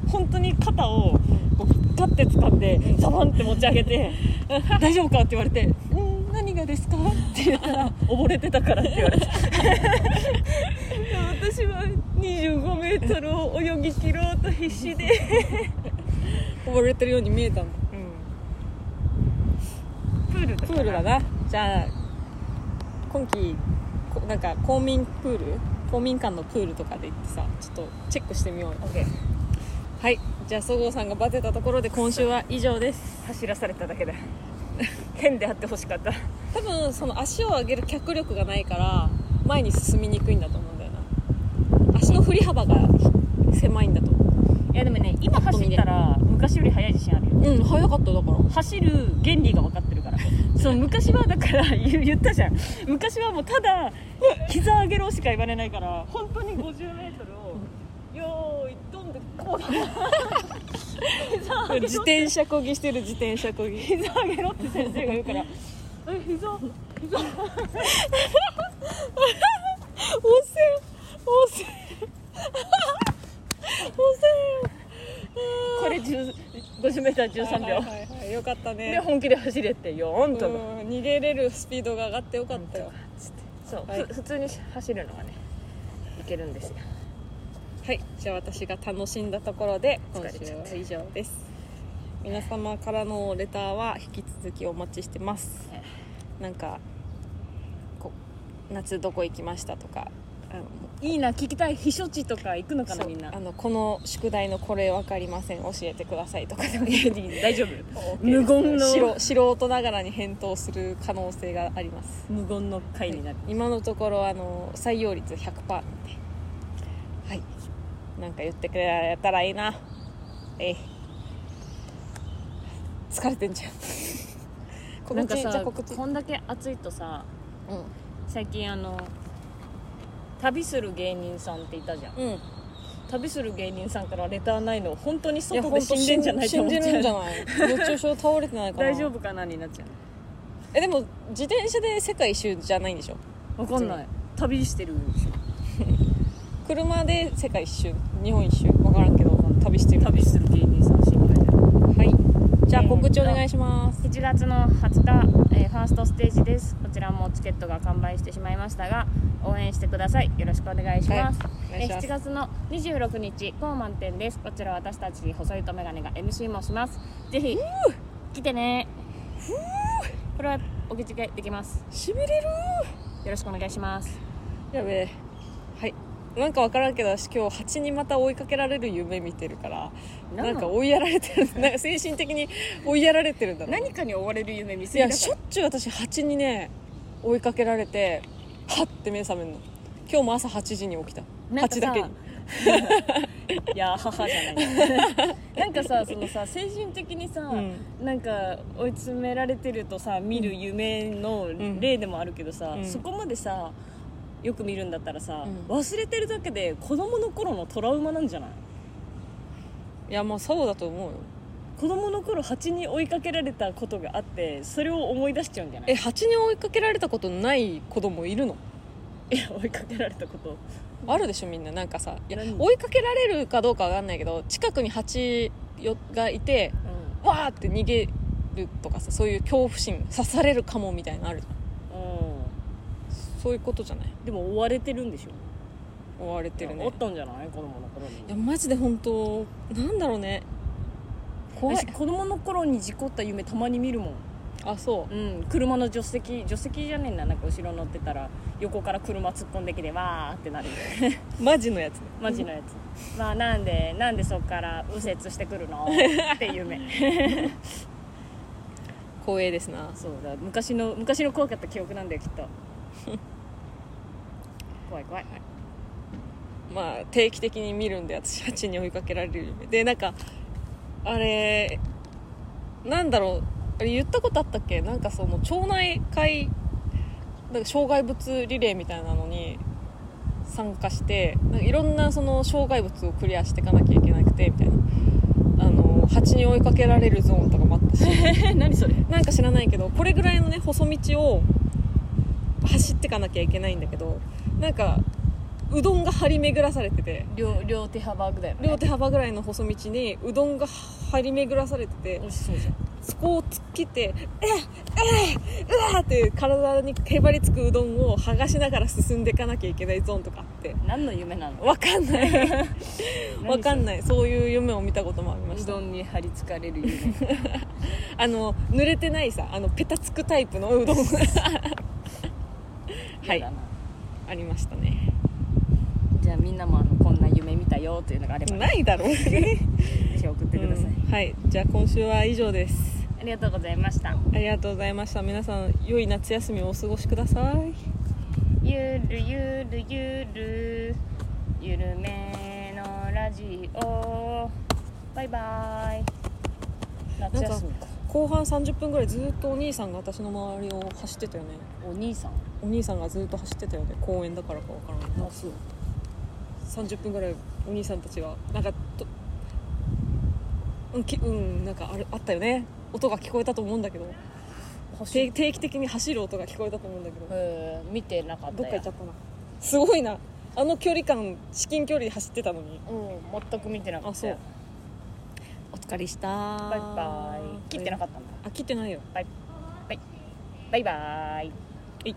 S1: 本当に肩をこうガッて掴んでザバンって持ち上げて 「大丈夫か?」って言われて「うん何がですか?」って言ったら「溺れてたから」って言われて私は 25m を泳ぎ切ろうと必死で
S2: 溺れてるように見えたんだ
S1: プール
S2: プールだなじゃあ今季こなんか公民プール公民館のプールとかで行ってさちょっとチェックしてみようよ
S1: OK
S2: はいじゃあそごうさんがバテたところで今週は以上です
S1: 走らされただけだ 変であってほしかった
S2: 多分その足を上げる脚力がないから前に進みにくいんだと思うんだよな足の振り幅が狭いんだと思
S1: いやでもね今走ったら昔より速い自信あるよ
S2: ううん早かっただから
S1: 走る原理が分かってるから そう昔はだから 言う言ったじゃん昔はもうた だ膝上げろしか言われないから本当に 50m をよーいどんでこうだ膝上げろ
S2: 自転車こぎしてる自転車こぎ
S1: 膝上げろって先生が 言うからえ膝
S2: 汚染汚染汚染
S1: これ 50m13 秒、
S2: はいはいはいはいよかったね
S1: で本気で走れってよーんと思う
S2: うん逃げれるスピードが上がってよかったよ
S1: そう、
S2: はい
S1: ふ普通に走るのがねいけるんですよ
S2: はいじゃあ私が楽しんだところで
S1: 疲
S2: 今
S1: れち
S2: 週
S1: ゃ
S2: は
S1: った
S2: 以上です皆様からのレターは引き続きお待ちしてますなんかこ夏どこ行きましたとかあの
S1: いいな聞きたい避暑地とか行くのかな
S2: そう
S1: みんな
S2: あのこの宿題のこれ分かりません教えてくださいとかでも
S1: いやいい大丈夫無言の
S2: 素人素人ながらに返答する可能性があります
S1: 無言の回になる、
S2: 今のところあの採用率100%なんではいなんか言ってくれたらいいなえい疲れてんじゃん
S1: なんか
S2: 告知
S1: さ
S2: じゃあ告知、う ん、
S1: こんだけ暑いとさ最近あの旅する芸人さんっていたじゃん
S2: うん、
S1: 旅する芸人さんからレターないの本当に
S2: いや
S1: 外で死んでんじゃないって
S2: 死ん
S1: 思っ
S2: で
S1: ち
S2: るんじ
S1: ゃ
S2: ゃ
S1: う
S2: ない熱中症倒れてないかな
S1: 大丈夫かなになっちゃ
S2: えでも自転車で世界一周じゃないんでしょ
S1: うわかんない旅してるんでしょ
S2: 車で世界一周日本一周分からんけど旅してる
S1: 旅する芸人さん心配だよ
S2: はいじゃあ告知お願いします、
S3: 7月の20日、えーファーストステージですこちらもチケットが完売してしまいましたが応援してくださいよろしくお願いします、
S2: お願いしま
S3: えー7
S2: す
S3: 月の26日高満点ですこちら私たち細いとメガネが MC もしますぜひ来てねこれはお口ができます
S2: しびれる
S3: よろしくお願いします
S2: やべえはいなんか分からんけど私今日蜂にまた追いかけられる夢見てるから
S1: な
S2: なん
S1: なん
S2: んか追いやられ てるなんか精神的に追いやられてるんだな
S1: 何かに追われる夢見
S2: い
S1: すぎだ
S2: や
S1: か
S2: しょっちゅう私蜂にね追いかけられてはって目覚めるの今日も朝8時に起きた
S1: なんか
S2: 蜂
S1: さ
S2: だけに
S1: らいや母じゃない なんかさそのさ精神的にさ、
S2: う
S1: なんか追い詰められてるとさ見る夢の
S2: ん
S1: 例でもあるけどさ、
S2: うん
S1: そこまでさよく見るんだったらさ、
S2: うん
S1: 忘れてるだけで子供の頃のトラウマなんじゃない
S2: いやもうそうだと思うよ
S1: 子供の頃蜂に追いかけられたことがあってそれを思い出しちゃうんじゃない
S2: え蜂に追いかけられたことない子供いるの
S1: いや追いかけられたこと
S2: あるでしょみんななんかさいや
S1: 何
S2: 追いかけられるかどうかわかんないけど近くに蜂よがいてわーって逃げるとかさそういう恐怖心刺されるかもみたいなのあるじゃん
S1: うん、
S2: そういうことじゃない
S1: でも追われてるんでしょ
S2: 追われてる
S1: いやお
S2: ね
S1: ったんじゃない子供の頃に
S2: いやマジで本当なんだろうね怖
S1: 私
S2: い
S1: 子供の頃に事故った夢たまに見るもん、
S2: あそう
S1: うん、車の助手席助手席じゃねえななんか後ろ乗ってたら横から車突っ込んできてわーってなるよ
S2: マジのやつね
S1: マジのや つまあなんでなんでそっから右折してくるのっていう夢
S2: 光栄ですな
S1: そうだ昔の昔の怖かった記憶なんだよきっと怖い 怖い
S2: まあ定期的に見るんで私蜂に追いかけられる夢でなんかあれなんだろうあれ言ったことあったっけなんかその町内会なんか障害物リレーみたいなのに参加してなんかいろんなその障害物をクリアしていかなきゃいけなくてみたいなあの蜂に追いかけられるゾーンとかもあったし
S1: え何それ
S2: なんか知らないけどこれぐらいのね細道を走っていかなきゃいけないんだけどなんかうどんが張り巡らされてて
S1: 両両手幅ぐらい
S2: 両手幅ぐらいの細道にうどんが張り巡らされてて
S1: 美味しそうじゃん
S2: そこを突っ切って「えっえっうわ!」って体にへばりつくうどんを剥がしながら進んでいかなきゃいけないゾーンとかあって
S1: 何の夢なの
S2: わかんないわかんないそういう夢を見たこともありま
S1: う
S2: した
S1: どんに張り付かれ る夢
S2: あの濡れてないさあのペタつくタイプの うどんはい
S1: 嫌だな
S2: ありましたね
S1: じゃあみんなもあのこんな夢見たよというのがあれば
S2: ないだろうね
S1: ぜひ送ってください、
S2: うんはいじゃあ今週は以上です
S1: ありがとうございました
S2: ありがとうございました皆さん良い夏休みをお過ごしください
S1: ゆるゆるゆるゆるめのラジオバイバイ夏休みか
S2: 後半30分ぐらいずっとお兄さんが私の周りを走ってたよね
S1: お兄さん
S2: お兄さんがずっと走ってたよね公園だからかわからない30分ぐらいお兄さんたちがなんかとうんきうんなんかあれあったよね音が聞こえたと思うんだけど定定期的に走る音が聞こえたと思うんだけど
S1: へー見てなかった
S2: どっか行
S1: や
S2: っちゃったなすごいなあの距離感至近距離で走ってたのに
S1: うん全く見てなか
S2: あ
S1: った
S2: そう
S1: よ
S2: お疲れした
S1: バイバイ切ってなか
S2: っ
S1: ったんだ
S2: たあ切ってないよ
S1: バイバイバイ
S2: はい